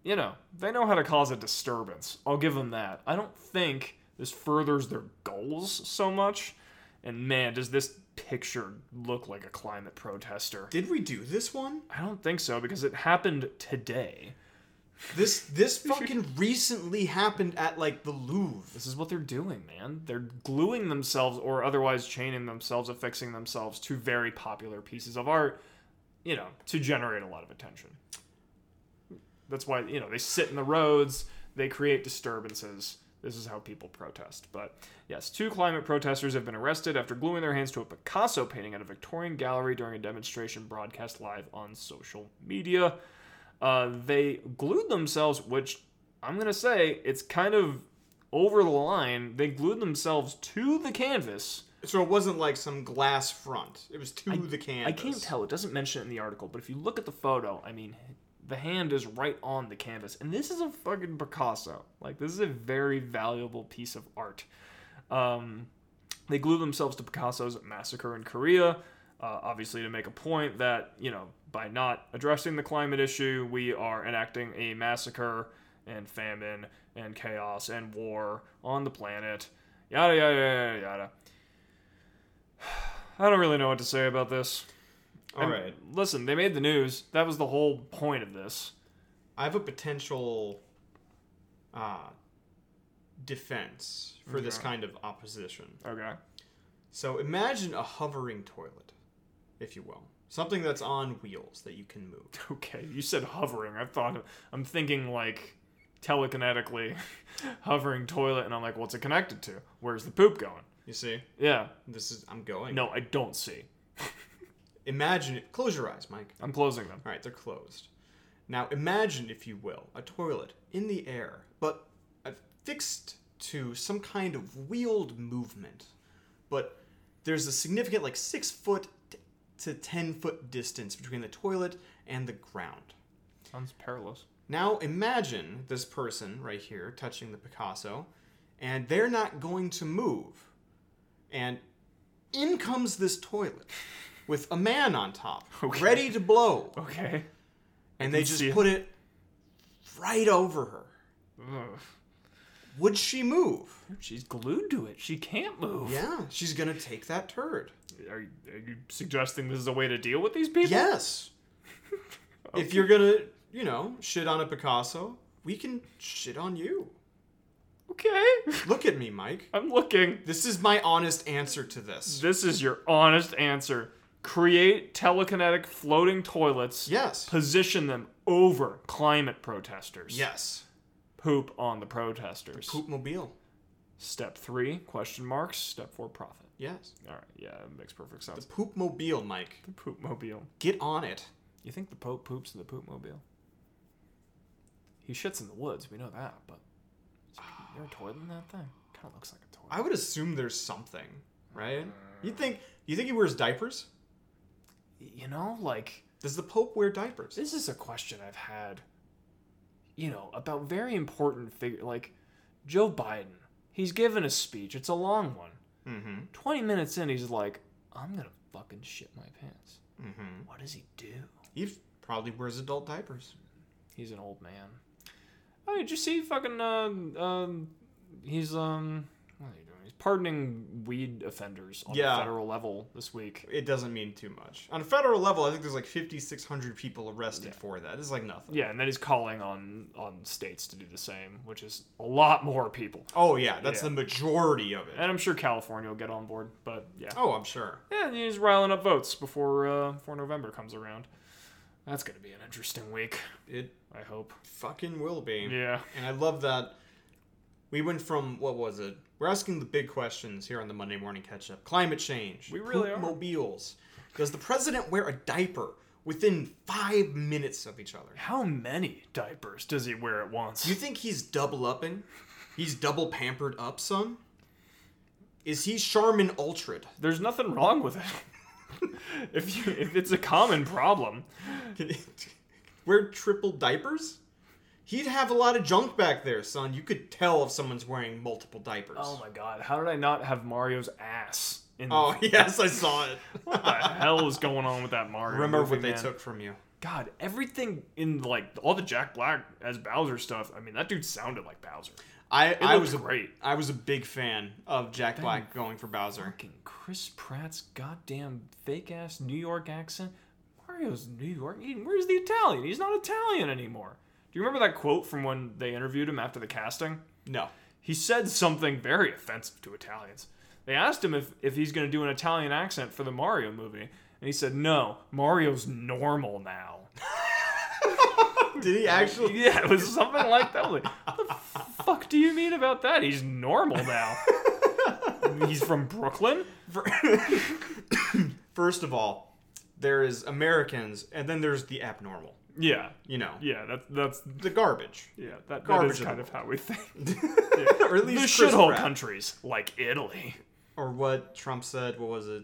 you know, they know how to cause a disturbance. I'll give them that. I don't think this furthers their goals so much. And man, does this picture look like a climate protester?
Did we do this one?
I don't think so because it happened today.
This this fucking recently happened at like the Louvre.
This is what they're doing, man. They're gluing themselves or otherwise chaining themselves, affixing themselves to very popular pieces of art, you know, to generate a lot of attention. That's why, you know, they sit in the roads, they create disturbances. This is how people protest. But yes, two climate protesters have been arrested after gluing their hands to a Picasso painting at a Victorian gallery during a demonstration broadcast live on social media. Uh, they glued themselves, which I'm going to say it's kind of over the line. They glued themselves to the canvas.
So it wasn't like some glass front. It was to the canvas.
I can't tell. It doesn't mention it in the article, but if you look at the photo, I mean, the hand is right on the canvas. And this is a fucking Picasso. Like, this is a very valuable piece of art. Um, they glue themselves to Picasso's massacre in Korea, uh, obviously to make a point that, you know, by not addressing the climate issue, we are enacting a massacre and famine and chaos and war on the planet. Yada, yada, yada, yada. (sighs) I don't really know what to say about this.
All
I'm-
right.
Listen, they made the news. That was the whole point of this.
I have a potential uh, defense for this
Okay.
kind of opposition.
Okay. (laughs)
So imagine a hovering toilet, if you will. Something that's on wheels that you can move.
Okay. You said hovering. I thought I'm thinking like telekinetically (laughs) hovering toilet and I'm like, what's it connected to? Where's the poop going?
You see?
Yeah.
This is I'm going.
No, I don't see.
Imagine it. Close your eyes, Mike.
I'm closing them.
All right, they're closed. Now imagine, if you will, a toilet in the air, but affixed to some kind of wheeled movement. But there's a significant, like six foot t- to ten foot distance between the toilet and the ground.
Sounds perilous.
Now imagine this person right here touching the Picasso, and they're not going to move. And in comes this toilet with a man on top,
Okay.
ready to blow.
Okay.
And they
can
just
see it.
put it right over her.
Ugh.
Would she move?
She's glued to it. She can't move.
Yeah, she's gonna take that turd.
Are, you- are you suggesting this is a way to deal with these people? (laughs)
Yes. If you're gonna, you know, shit on a Picasso, we can shit on you.
Okay. (laughs)
Look at me, Mike.
I'm looking.
This is my honest answer to this.
This is your honest answer. create telekinetic floating toilets,
Yes.
position them over climate protesters.
Yes.
Poop on the protesters.
Poop mobile.
Step three, question marks. Step four, profit.
Yes.
All right, yeah, it makes perfect
The
sense.
poop mobile, Mike.
The poop mobile.
Get on it.
You think the Pope poops in the poop mobile? He shits in the woods, we know that, but you're
(sighs)
toiling that thing. Kind of looks like a toilet.
I would assume there's something, right? You think you think he wears diapers?
You know, like
Does the Pope wear diapers?
this is a question I've had, you know, about very important figure like Joe Biden. He's given a speech. It's a long one.
Mm-hmm.
20 minutes in, he's like, "I'm going to fucking shit my pants."
Mm-hmm.
What does he do?
He probably wears adult diapers.
He's an old man. Oh, did you see fucking um um he's um what are you doing? He's pardoning weed offenders on
Yeah.
the federal level this week.
It doesn't mean too much. On a federal level, I think there's like 5,600 people arrested for that. This is like nothing.
Yeah, and then he's calling on on states to do the same, which is a lot more people.
Oh yeah, that's
Yeah.
the majority of it.
And I'm sure California will get on board, but yeah.
Oh, I'm sure.
Yeah, and he's riling up votes before uh before November comes around. That's gonna be an interesting week,
It
I hope.
fucking will be.
Yeah.
And I love that we went from what was it? We're asking the big questions here on the Monday morning catch up. Climate change.
We really
poop
are.
mobiles. Does the president wear a diaper within five minutes of each other?
How many diapers does he wear at once?
Do you think he's double upping? He's double pampered up, son? Is he Charmin Ultrad?
there's nothing wrong with it. (laughs) if you if it's a common problem,
Can- (laughs) wear triple diapers? He'd have a lot of junk back there, son. You could tell if someone's wearing multiple diapers.
oh my god, how did I not have Mario's ass in? the- (laughs)
Oh, (laughs) yes, I saw it.
what the hell is going on with that Mario?
Remember
movie,
what they
man?
took from you.
God, everything in like all the Jack Black as Bowser stuff. I mean, that dude sounded like Bowser.
I, I
looked
was a,
great.
I was a big fan of Jack Black going for Bowser.
Fucking Chris Pratt's goddamn fake ass New York accent. Mario's New York. He- Where's the Italian? He's not Italian anymore. Do you remember that quote from when they interviewed him after the casting?
No.
he said something very offensive to Italians. They asked him if, if he's going to do an Italian accent for the Mario movie, and he said, No, Mario's normal now. (laughs)
Did he actually? (laughs)
yeah, it was something like that. I'm like, what the fuck do you mean about that? He's normal now. he's from Brooklyn?
(coughs) First of all, there is Americans, and then there's the abnormal.
Yeah,
You know,
yeah, that, that's, (laughs)
the garbage.
yeah, that, that
Garbage
is
in
kind
the
of how we (laughs) think.
or
The
at least Chris
shithole
Pratt.
countries, like Italy.
Or what Trump said. What was it?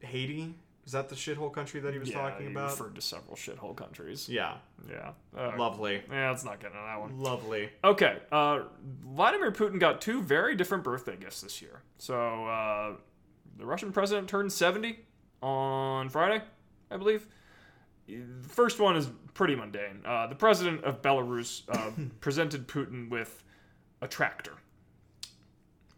Haiti? Is that the shithole country that he was talking
he
about?
referred to several shithole countries.
Yeah.
Yeah. Uh,
Lovely.
yeah, let's not get into that one.
Lovely.
Okay, uh, Vladimir Putin got two very different birthday gifts this year. So uh, the Russian president turned 70 on Friday, I believe. The first one is pretty mundane. Uh, the president of Belarus (laughs) uh, presented Putin with a tractor.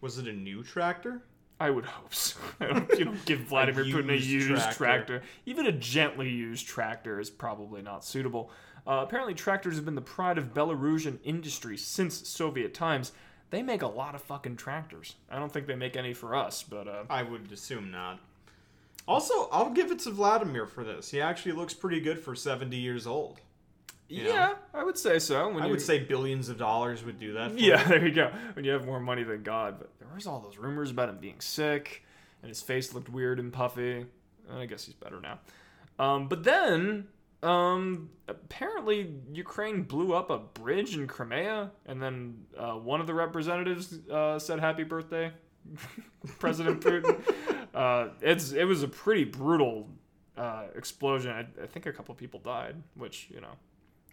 Was it a new tractor?
I would hope so. (laughs) I don't- you don't
(laughs)
give Vladimir Putin a
used
used tractor.
tractor.
Even a gently used tractor is probably not suitable. Uh, apparently, tractors have been the pride of Belarusian industry since Soviet times. They make a lot of fucking tractors. I don't think they make any for us, but uh,
I would assume not. Also, I'll give it to Vladimir for this. He actually looks pretty good for 70 years old.
yeah.
Yeah.
I would say so. When
I
you-
would say billions of dollars would do that. For
Yeah, there you go. When you have more money than God, but there was all those rumors about him being sick, and his face looked weird and puffy. I guess he's better now. Um, but then, um, apparently Ukraine blew up a bridge in Crimea, and then uh, one of the representatives uh, said "Happy Birthday, (laughs)
(laughs)
President Putin." uh, it's it was a pretty brutal uh, explosion. I, I think a couple people died, which you know.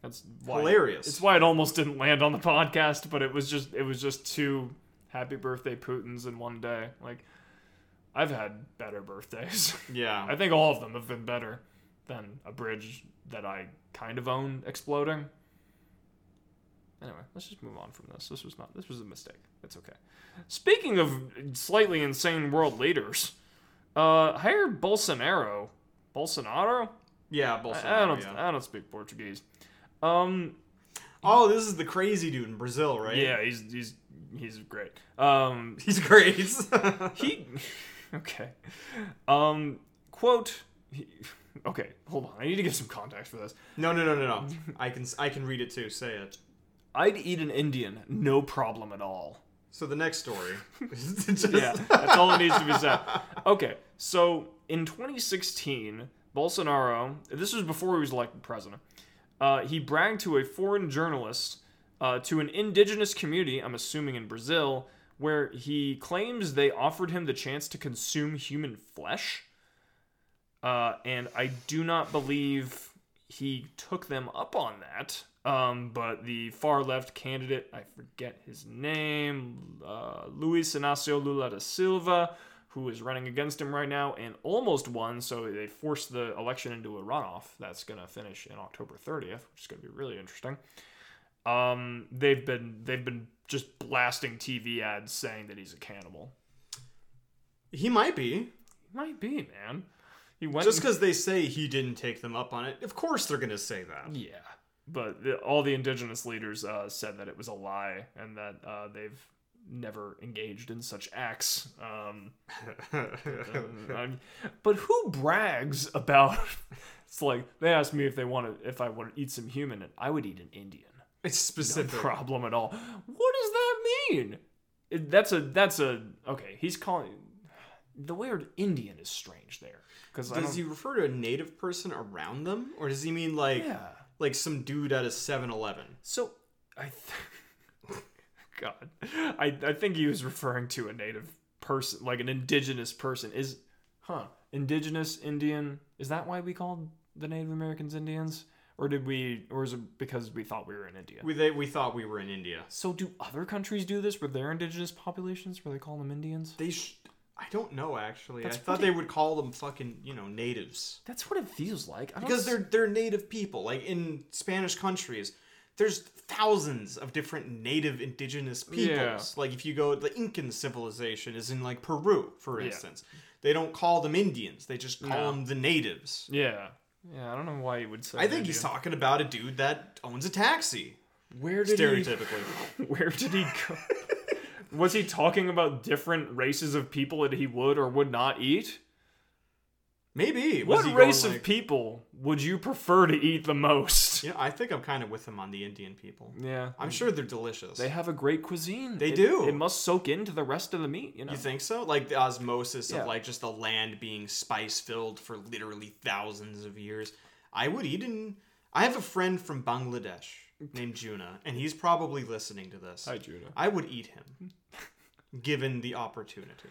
That's why
Hilarious.
It's why it almost didn't land on the (laughs) podcast, but it was just it was just two happy birthday Putins in one day. Like I've had better birthdays. (laughs)
Yeah.
I think all of them have been better than a bridge that I kind of own exploding. Anyway, let's just move on from this. This was not. This was a mistake. It's okay. Speaking of slightly insane world leaders, uh, hire Bolsonaro. Bolsonaro.
Yeah,
I-
Bolsonaro.
I don't.
yeah.
I don't speak Portuguese. Um,
Oh, this is the crazy dude in Brazil, right? (laughs)
Yeah, he's he's he's great. Um, (laughs)
He's great.
he okay. Um, quote He, (laughs) okay, hold on. I need to get some context for this.
No, no, no, no, no. I can I can read it too. Say it.
I'd eat an Indian, no problem at all.
So the next story.
(laughs) yeah, that's all that needs to be said. Okay, so in 2016, Bolsonaro, this was before he was elected president, uh, he bragged to a foreign journalist uh, to an indigenous community, I'm assuming in Brazil, where he claims they offered him the chance to consume human flesh. Uh, and I do not believe he took them up on that. Um, but the far left candidate, I forget his name, uh, Luis Inacio Lula da Silva, who is running against him right now and almost won. So they forced the election into a runoff that's going to finish in October 30th, which is going to be really interesting. Um, they've been they've been just blasting TV ads saying that he's a cannibal.
he might be.
Might be, man. He went
Just because they say he didn't take them up on it, of course they're gonna say that.
Yeah, but the, all the indigenous leaders uh, said that it was a lie and that uh, they've never engaged in such acts.
(laughs)
Um, I'm- but who brags about? (laughs) It's like they asked me if they want to, if I want to eat some human, and I would eat an Indian.
it's
No
specific.
problem at all. What does that mean? It- that's a that's a okay. He's calling the word Indian is strange there because I
does
don't,
he refer to a native person around them, or does he mean like
yeah.
like some dude at a 7-Eleven?
So, I. Th- (laughs) God, I I think he was referring to a native person, like an indigenous person. Is, huh? Indigenous Indian. Is that why we called the Native Americans Indians, or did we, or is it because we thought we were in India?
We they, we thought we were in India.
so, do other countries do this with their indigenous populations, where they call them Indians?
They sh- I don't know actually.
That's
I thought
pretty-
they would call them fucking you know natives
That's what it feels like. I don't s-
because they're they're native people. Like in Spanish countries, there's thousands of different native indigenous peoples.
Yeah.
Like if you go, the Incan civilization is in like Peru, for
Yeah.
instance. They don't call them Indians. They just call
No.
them the natives.
Yeah, yeah. I don't know why you would say.
I think he's
Indian.
talking about a dude that owns a taxi.
Where did he- (laughs)
Stereotypically,
Where did he go? Was he talking about different races of people that he would or would not eat?
maybe Was he
What
going,
race of
like-
people would you prefer to eat the most?
You know, I think I'm kind of with him on the Indian people.
Yeah.
I'm sure they're delicious.
Mm. They have a great cuisine.
They
It-
do.
It must soak into the rest of the meat, you know.
You think so? Like the osmosis
Yeah.
of like just the land being spice filled for literally thousands of years. I would eat in. I have a friend from Bangladesh named Juna, and he's probably listening to this.
Hi, Judah.
I would
(laughs)
eat him, given the opportunity.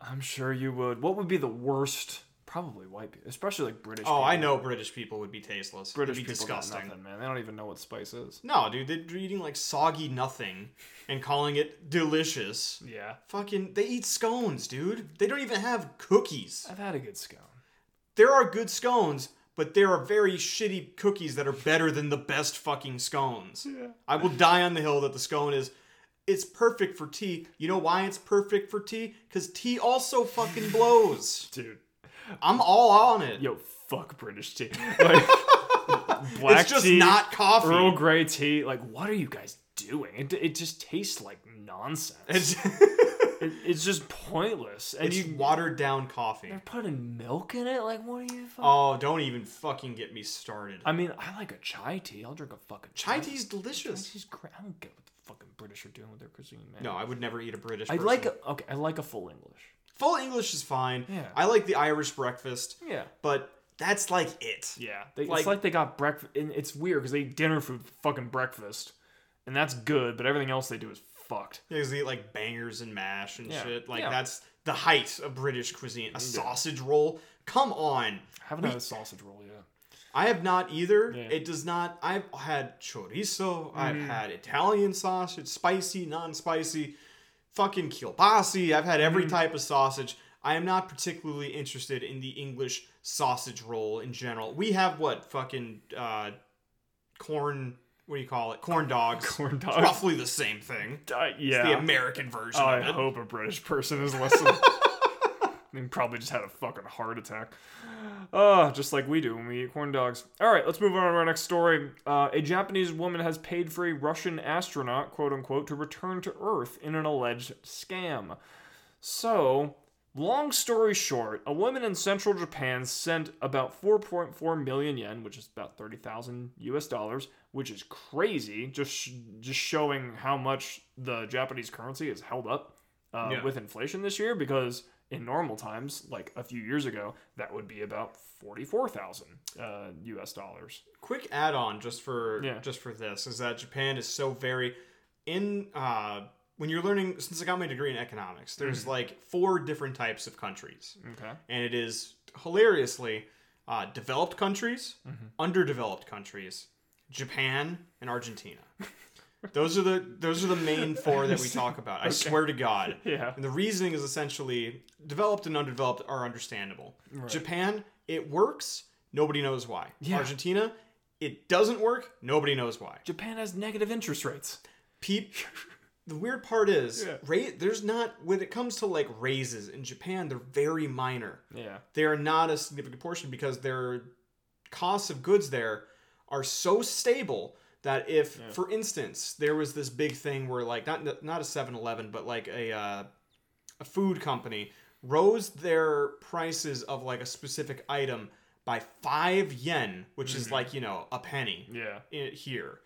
I'm sure you would. What would be the worst? Probably white people, especially like British
Oh,
people.
I know British people would be tasteless. It'd
British
be
people got
disgusting.
nothing, man. They don't even know what spice is.
No, dude, they're eating like soggy nothing and calling it delicious.
Yeah.
Fucking, they eat scones, dude. They don't even have cookies.
I've had a good scone.
there are good scones, but there are very shitty cookies that are better than the best fucking scones.
Yeah.
I will die on the hill that the scone is. It's perfect for tea. You know why it's perfect for tea? Because tea also fucking blows.
Dude.
I'm all on it.
Yo, fuck British (laughs) tea. Like, black
it's just
tea.
not coffee. (laughs)
Earl Grey tea. Like, what are you guys doing? It, it just tastes like nonsense. It's,
It's,
it's just pointless. And
it's
you
watered down coffee.
they're putting milk in it. Like, what are you? Fucking...
Oh, don't even fucking get me started.
I mean, I like a chai tea. I'll drink a fucking
Chai
tea.
tea's delicious.
She's great. I don't get what the fucking British are doing with their cuisine, man.
No, I would never eat a British.
I
person.
like a okay. I like a full English.
full English is fine.
Yeah.
I like the Irish breakfast,
Yeah.
but that's like it.
Yeah, they,
Like-
it's like they got breakfast, and it's weird because they eat dinner food, for fucking breakfast, and that's good. But everything else they do is fucked.
Yeah, 'cause they eat like bangers and mash and
Yeah.
shit. Like
Yeah.
that's the height of British cuisine. A sausage roll. Come on.
I haven't had a sausage roll yet.
I have not either.
Yeah. Mm-hmm.
It does not. I've had chorizo. I've had Italian sausage, spicy, non-spicy, fucking kielbasi. I've had
Mm-hmm.
every type of sausage. I am not particularly interested in the English sausage roll in general. We have what fucking uh, corn. What do you call it? (laughs) Corn dogs.
Corn
It's
dogs.
Roughly the same thing.
Uh, yeah, Oh,
The American version.
I
of it.
hope a British person
(laughs)
is listening. They probably just had a fucking heart attack. Uh, just like we do when we eat corn dogs. All right, let's move on to our next story. Uh, a Japanese woman has paid for a Russian astronaut, quote unquote, to return to Earth in an alleged scam. So, Long story short, a woman in central Japan sent about 4.4 million yen, which is about 30,000 US dollars, which is crazy, just sh- just showing how much the Japanese currency is held up uh,
Yeah.
with inflation this year because in normal times, like a few years ago, that would be about 44,000 uh, US dollars.
quick add-on just for
Yeah.
just for this is that Japan is so very in uh when you're learning since I got my degree in economics there's like four different types of countries
Okay.
and it is hilariously uh, developed countries underdeveloped countries Japan and Argentina those are the those are the main four that we talk about I swear to god
(laughs) Yeah.
and the reasoning is essentially developed and undeveloped are understandable. Japan, it works, nobody knows why. Argentina, it doesn't work, nobody knows why.
Japan has negative interest rates.
Peep. The weird part is,
Yeah.
ra- there's not when it comes to like raises in Japan, they're very minor.
Yeah.
They are not a significant portion because their costs of goods there are so stable that if, for instance, there was this big thing where like not not a 7-Eleven, but like a uh, a food company rose their prices of like a specific item by five yen, which
Mm-hmm.
is like you know a penny
Yeah.
i- here,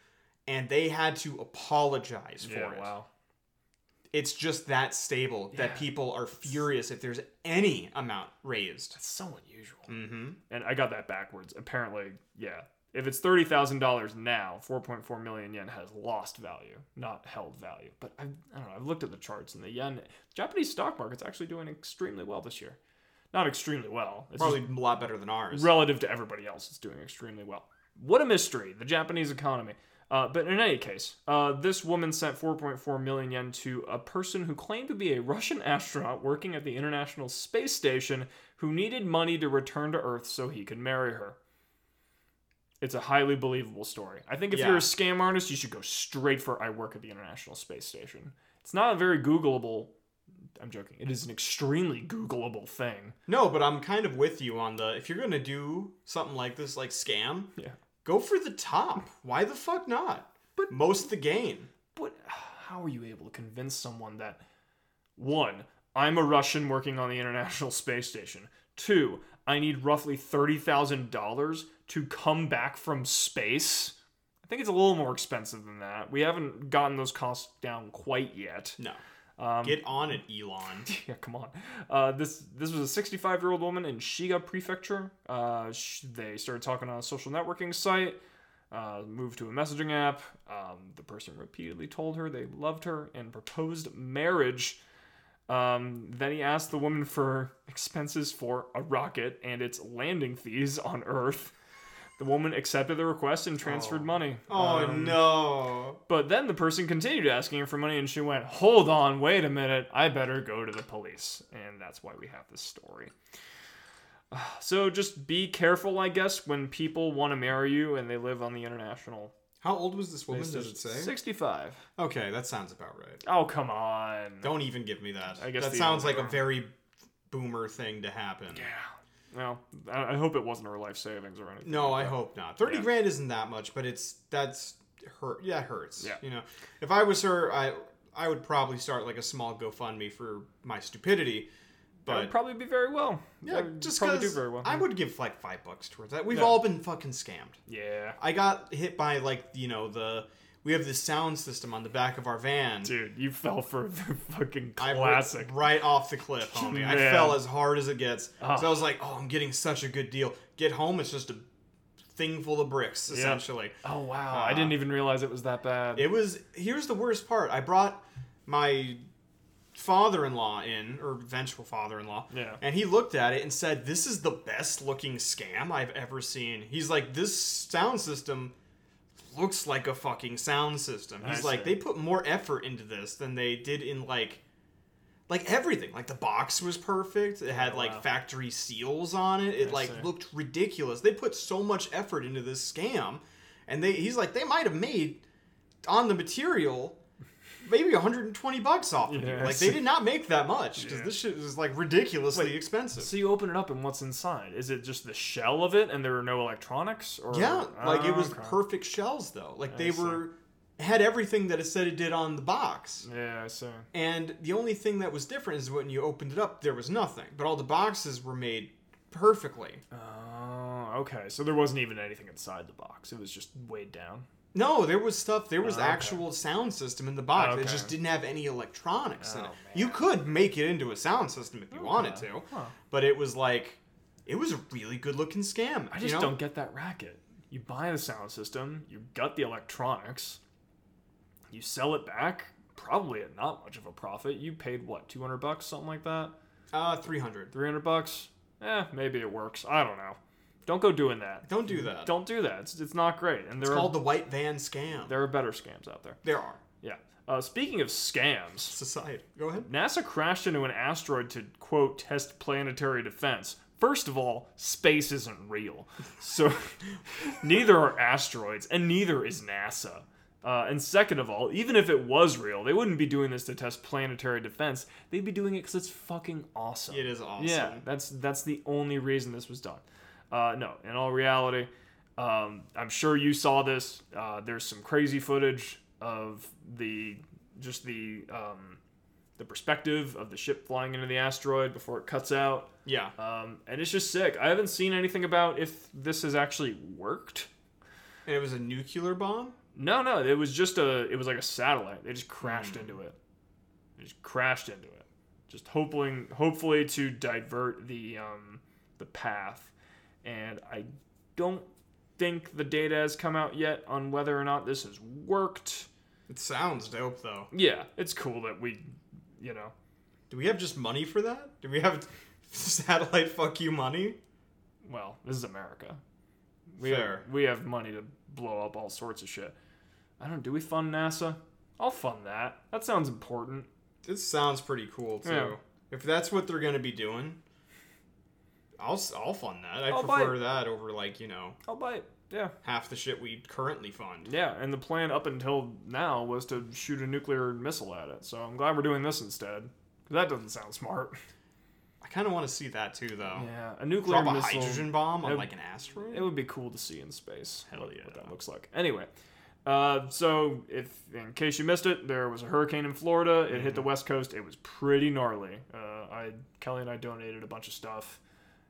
and they had to apologize for
Yeah,
it.
wow.
It's just that stable
Yeah.
that people are furious if there's any amount raised.
That's so unusual.
Mm-hmm.
and I got that backwards. Apparently, yeah. If it's thirty thousand dollars now, four point four million yen has lost value, not held value. But I, I don't know. I've looked at the charts, and the yen, Japanese stock market's actually doing extremely well this year. Not extremely well. It's
Probably a lot better than ours.
just relative to everybody else, it's doing extremely well. What a mystery, the Japanese economy. Uh, but in any case, uh, this woman sent 4.4 million yen to a person who claimed to be a Russian astronaut working at the International Space Station who needed money to return to Earth so he could marry her. It's a highly believable story. I think if
Yeah.
you're a scam artist, you should go straight for I work at the International Space Station. It's not a very Googleable. I'm joking. It is an extremely Googleable thing.
No, but I'm kind of with you on the if you're gonna do something like this, like scam,
Yeah.
go for the top. Why the fuck not? But most the gain.
but how are you able to convince someone that one i'm a russian working on the international (laughs) space station two i need roughly $30000 to come back from space i think it's a little more expensive than that we haven't gotten those costs down quite yet
No.
Um,
Get on it,
(laughs)
Elon.
yeah, come on. Uh, this this was a 65 year old woman in Shiga Prefecture. Uh, sh- they started talking on a social networking site, uh, moved to a messaging app. Um, the person repeatedly told her they loved her and proposed marriage. Um, then he asked the woman for expenses for a rocket and its landing fees on Earth. The woman accepted the request and transferred money.
Oh
um,
no.
But then the person continued asking her for money, and she went, "Hold on, wait a minute. I better go to the police." And that's why we have this story. (sighs) Ah, So just be careful, I guess, when people want to marry you and they live on the international.
How old was this woman, does it say?
Sixty-five.
Okay, that sounds about right.
Oh come on.
Don't even give me that.
I guess
that
the
sounds like a
older-
very boomer thing to happen.
Yeah. Well, I I hope it wasn't her life savings or anything.
No, I hope not. Thirty
Yeah.
grand isn't that much, but it's that's hurt. Yeah, it hurts.
Yeah.
You know, if I was her, I I would probably start like a small GoFundMe for my stupidity.
That would
But
probably be very well.
yeah,
That would
just
probably
because
do very well.
I would give like five bucks towards that. We've
Yeah.
all been fucking scammed.
yeah,
I got hit by like you know the we have this sound system on the back of our van.
dude, you fell for (laughs) the fucking
I went (laughs)
classic.
right off the cliff, homie. I
Man.
fell as hard as it gets.
Ah.
So I was like, oh, I'm getting such a good deal. Get home, it's just a thing full of bricks, essentially.
Oh wow,
Uh,
I didn't even realize it was that bad.
It was. Here's the worst part. I brought my father-in-law in, or eventual father-in-law.
Yeah.
And he looked at it and said, "This is the best looking scam I've ever seen." He's like, "This sound system looks like a fucking sound system." He's
I
like,
see.
"They put more effort into this than they did in like." Like everything, like the box was perfect. It had like
Oh, wow.
factory seals on it. It
I
like
see.
looked ridiculous. They put so much effort into this scam, and they he's like they might have made on the material maybe 120 bucks off of
Yeah,
you.
I
Like
see.
they did not make that much because
Yeah.
this shit is like ridiculously
Wait,
expensive.
So you open it up and what's inside? Is it just the shell of it and there are no electronics? Or Ah,
yeah, like it was
Okay.
perfect shells though. Like they
see.
were had everything that it said it did on the box.
Yeah, I see.
And the only thing that was different is when you opened it up, there was nothing. But all the boxes were made perfectly.
Oh, okay. So there wasn't even anything inside the box. It was just weighed down.
No, there was stuff. There was
Oh, okay.
actual sound system in the box. It
Okay.
just didn't have any electronics in it.
Oh,
You could make it into a sound system if you wanted
Okay.
to,
Huh.
but it was like, it was a really good looking scam.
I
you
just
know?
don't get that racket. You buy the sound system, you gut the electronics, you sell it back, probably at not much of a profit. You paid what, 200 bucks, something like that?
Uh, three hundred.
300 bucks? Eh, maybe it works. I don't know. Don't go doing that.
Don't do that.
Don't do that. It's, it's not great. And
it's
there are,
called the white van scam. There,
there are better scams out there.
are
Yeah. Uh, speaking of scams,
society. Go ahead.
NASA crashed into an asteroid to, quote, test planetary defense. First of all, space isn't real. So (laughs) neither are asteroids, and neither is NASA. Uh, and second of all, even if it was real, they wouldn't be doing this to test planetary defense. They'd be doing it because it's fucking awesome.
It is awesome.
Yeah, that's that's the only reason this was done. Uh, no, in all reality, um, I'm sure you saw this. Uh, there's some crazy footage of the just the um, the perspective of the ship flying into the asteroid before it cuts out,
Yeah.
um, and it's just sick. I haven't seen anything about if this has actually worked.
And it was a nuclear bomb.
No, no, it was just a it was like a satellite. They just crashed into it. They just crashed into it. Just hoping hopefully to divert the um the path. And I don't think the data has come out yet on whether or not this has worked.
It sounds dope though.
Yeah, it's cool that we you know.
Do we have just money for that? Do we have (laughs) satellite fuck you money?
Well, this is America. We
Fair.
Have, we have money to blow up all sorts of shit. I don't do we fund NASA? I'll fund that. That sounds important.
It sounds pretty cool too.
Yeah.
If that's what they're gonna be doing, I'll s- I'll fund that. I
I'll buy
prefer that over like you know
I'll buy it. Yeah.
half the shit we currently fund.
Yeah, and the plan up until now was to shoot a nuclear missile at it. So I'm glad we're doing this instead. 'Cause That doesn't sound smart.
I kind of want to see that too though.
(laughs) Yeah, a nuclear
Drop a
missile.
hydrogen bomb on
Nope.
like an
It
asteroid.
would be cool to see in space.
Hell
what-
yeah.
What that looks like. Anyway, uh, so if in case you missed it, there was a hurricane in Florida. It hit the west coast. It was pretty gnarly. Uh, I Kelly and I donated a bunch of stuff.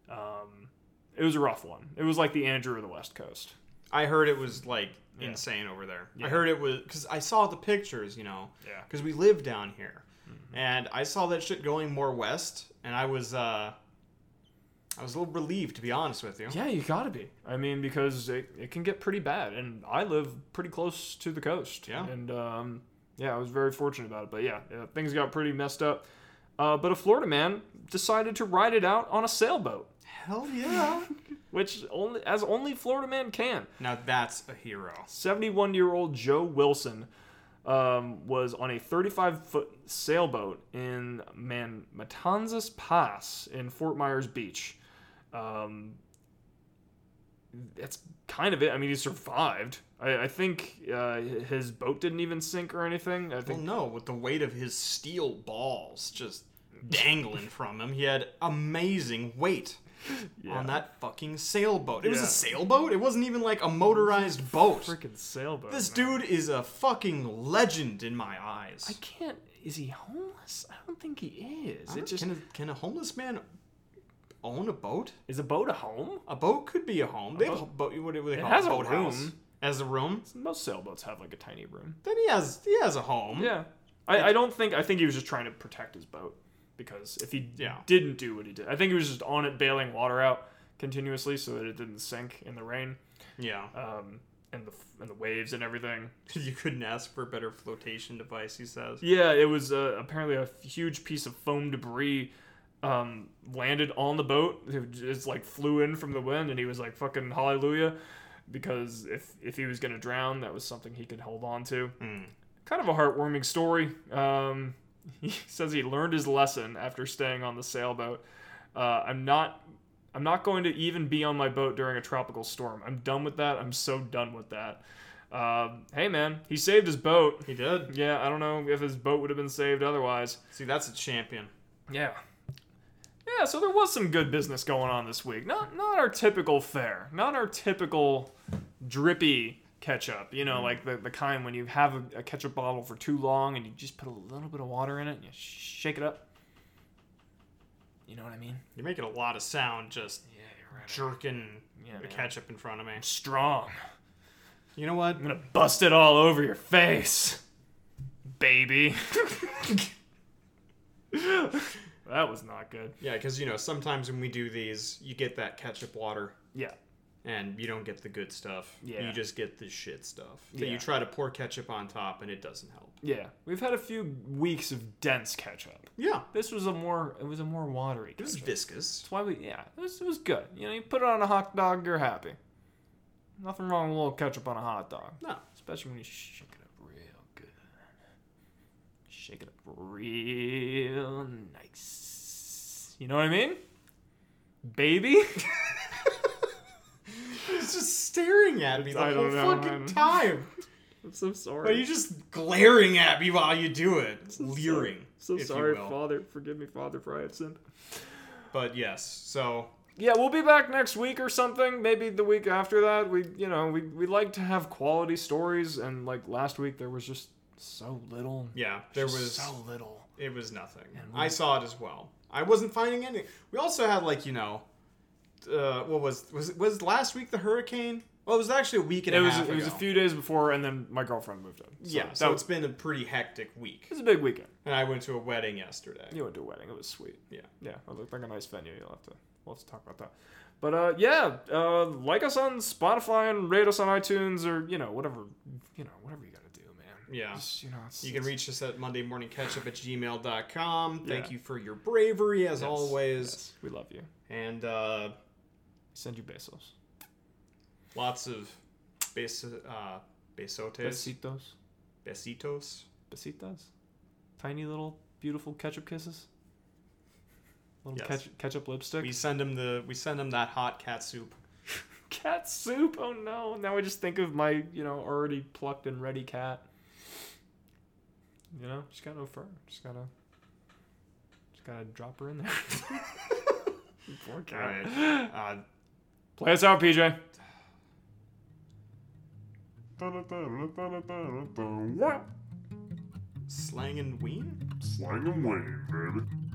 Um, it was a rough one. It was like the Andrew of the west coast.
I heard it was like
Yeah.
insane over there.
Yeah.
I heard it was because I saw the pictures. You know.
Yeah.
because we live down here, and I saw that shit going more west, and I was uh, I was a little relieved to be honest with you.
Yeah, you gotta be. I mean, because it, it can get pretty bad, and I live pretty close to the coast.
Yeah.
And um, yeah, I was very fortunate about it. But yeah, yeah, things got pretty messed up. Uh, but a Florida man decided to ride it out on a sailboat,
(laughs) Hell yeah!
which only as only Florida man can.
now that's a hero.
71 year old Joe Wilson um, was on a 35 foot sailboat in Man- Matanzas Pass in Fort Myers Beach. Um, that's kind of it. I mean, he survived. I, I think uh, his boat didn't even sink or anything. I
Well,
think
no, with the weight of his steel balls (laughs) just dangling from him, he had amazing weight on that fucking sailboat. It was
Yeah.
a sailboat. It wasn't even like a motorized boat.
freaking sailboat.
This
man.
dude is a fucking legend in my eyes.
I can't. Is he homeless? I don't think he is. It
It
just
can, a, can a homeless man own a boat?
is a boat a home?
A boat could be a home. They have a boat. What do they call it?
has a
boat house.
room.
As a room.
Most sailboats have like a tiny room.
Then he has he has a home.
Yeah. I, I don't think I think he was just trying to protect his boat because if he
Yeah.
didn't do what he did, I think he was just on it bailing water out continuously so that it didn't sink in the rain
Yeah. (laughs)
um, and the f- and the waves and everything.
you couldn't ask for a better flotation device. He says.
Yeah, it was uh, apparently a huge piece of foam debris um, landed on the boat. It just like flew in from the wind, and he was like fucking hallelujah because if if he was gonna drown, that was something he could hold on to.
Hmm.
kind of a heartwarming story. Um, (laughs) he says he learned his lesson after staying on the sailboat. Uh, I'm not. I'm not going to even be on my boat during a tropical storm. I'm done with that. I'm so done with that. Um, hey man, he saved his boat.
He did.
Yeah, I don't know if his boat would have been saved otherwise.
See, that's a champion.
Yeah. Yeah, so there was some good business going on this week. Not not our typical fare. Not our typical drippy ketchup, you know, like the, the kind when you have a, a ketchup bottle for too long and you just put a little bit of water in it and you shake it up. You know what I mean?
You're making a lot of sound just
Yeah, you're right.
jerking
Yeah,
the
man.
ketchup in front of me.
Strong.
You know what?
I'm gonna bust it all over your face, baby. (laughs) that was not good.
Yeah, because you know sometimes when we do these, you get that ketchup water,
Yeah.
and you don't get the good stuff.
Yeah.
you just get the shit stuff. That
Yeah.
you try to pour ketchup on top, and it doesn't help.
Yeah. We've had a few weeks of dense ketchup.
Yeah,
This was a more it was a more watery
it was
ketchup.
viscous.
That's why we yeah, it was it was good. You know, you put it on a hot dog, you're happy. Nothing wrong with a little ketchup on a hot dog.
No,
Especially when you shake it up real good. Shake it up real nice. You know what I mean? Baby?
he's just staring at me the
I
whole
don't know,
fucking
man.
time.
(laughs) I'm so sorry.
Are you just glaring at me while you do it, leering?
So
if you
sorry,
will.
Father. Forgive me, Father, for I have sinned.
But yes, so
Yeah, we'll be back next week or something. Maybe the week after that. We, you know, we we like to have quality stories, and like last week there was just so little.
yeah, there
Just
was
so little.
It was nothing.
And we-
I saw it as well. I wasn't finding anything. We also had like you know, uh, what was was was last week the hurricane? Well, it was actually a week and
It
a
was
half.
it was a
ago.
few days before, and then my girlfriend moved in. So
Yeah,
that
so
was
it's been a pretty hectic week.
it was a big weekend.
And I went to a wedding yesterday.
You went to a wedding. It was sweet.
Yeah.
Yeah, it looked like a nice venue. You'll have to we'll have to talk about that. But uh, yeah, uh, like us on Spotify and rate us on iTunes or you know whatever you know whatever you gotta do, man.
Yeah.
Just, you know, it's,
You can
it's-
reach us at mondaymorningcatchup at gmail.com. Thank
Yeah.
you for your bravery as
yes,
always.
yes, we love you.
And uh,
Send you besos.
lots of bes- uh, besotes,
Besitos.
besitos.
Besitas? Tiny little beautiful ketchup kisses? Little
Yes.
ketchup, ketchup lipstick?
We send them the we send them that hot cat soup.
(laughs) Cat soup? Oh no. Now I just think of my, you know, already plucked and ready cat. You know, she's got no fur. Just gotta. Just gotta drop her in there. (laughs) Poor
All
cat.
right. Uh,
Play us out, PJ.
What?
slang and ween.
Slang and Wayne, baby.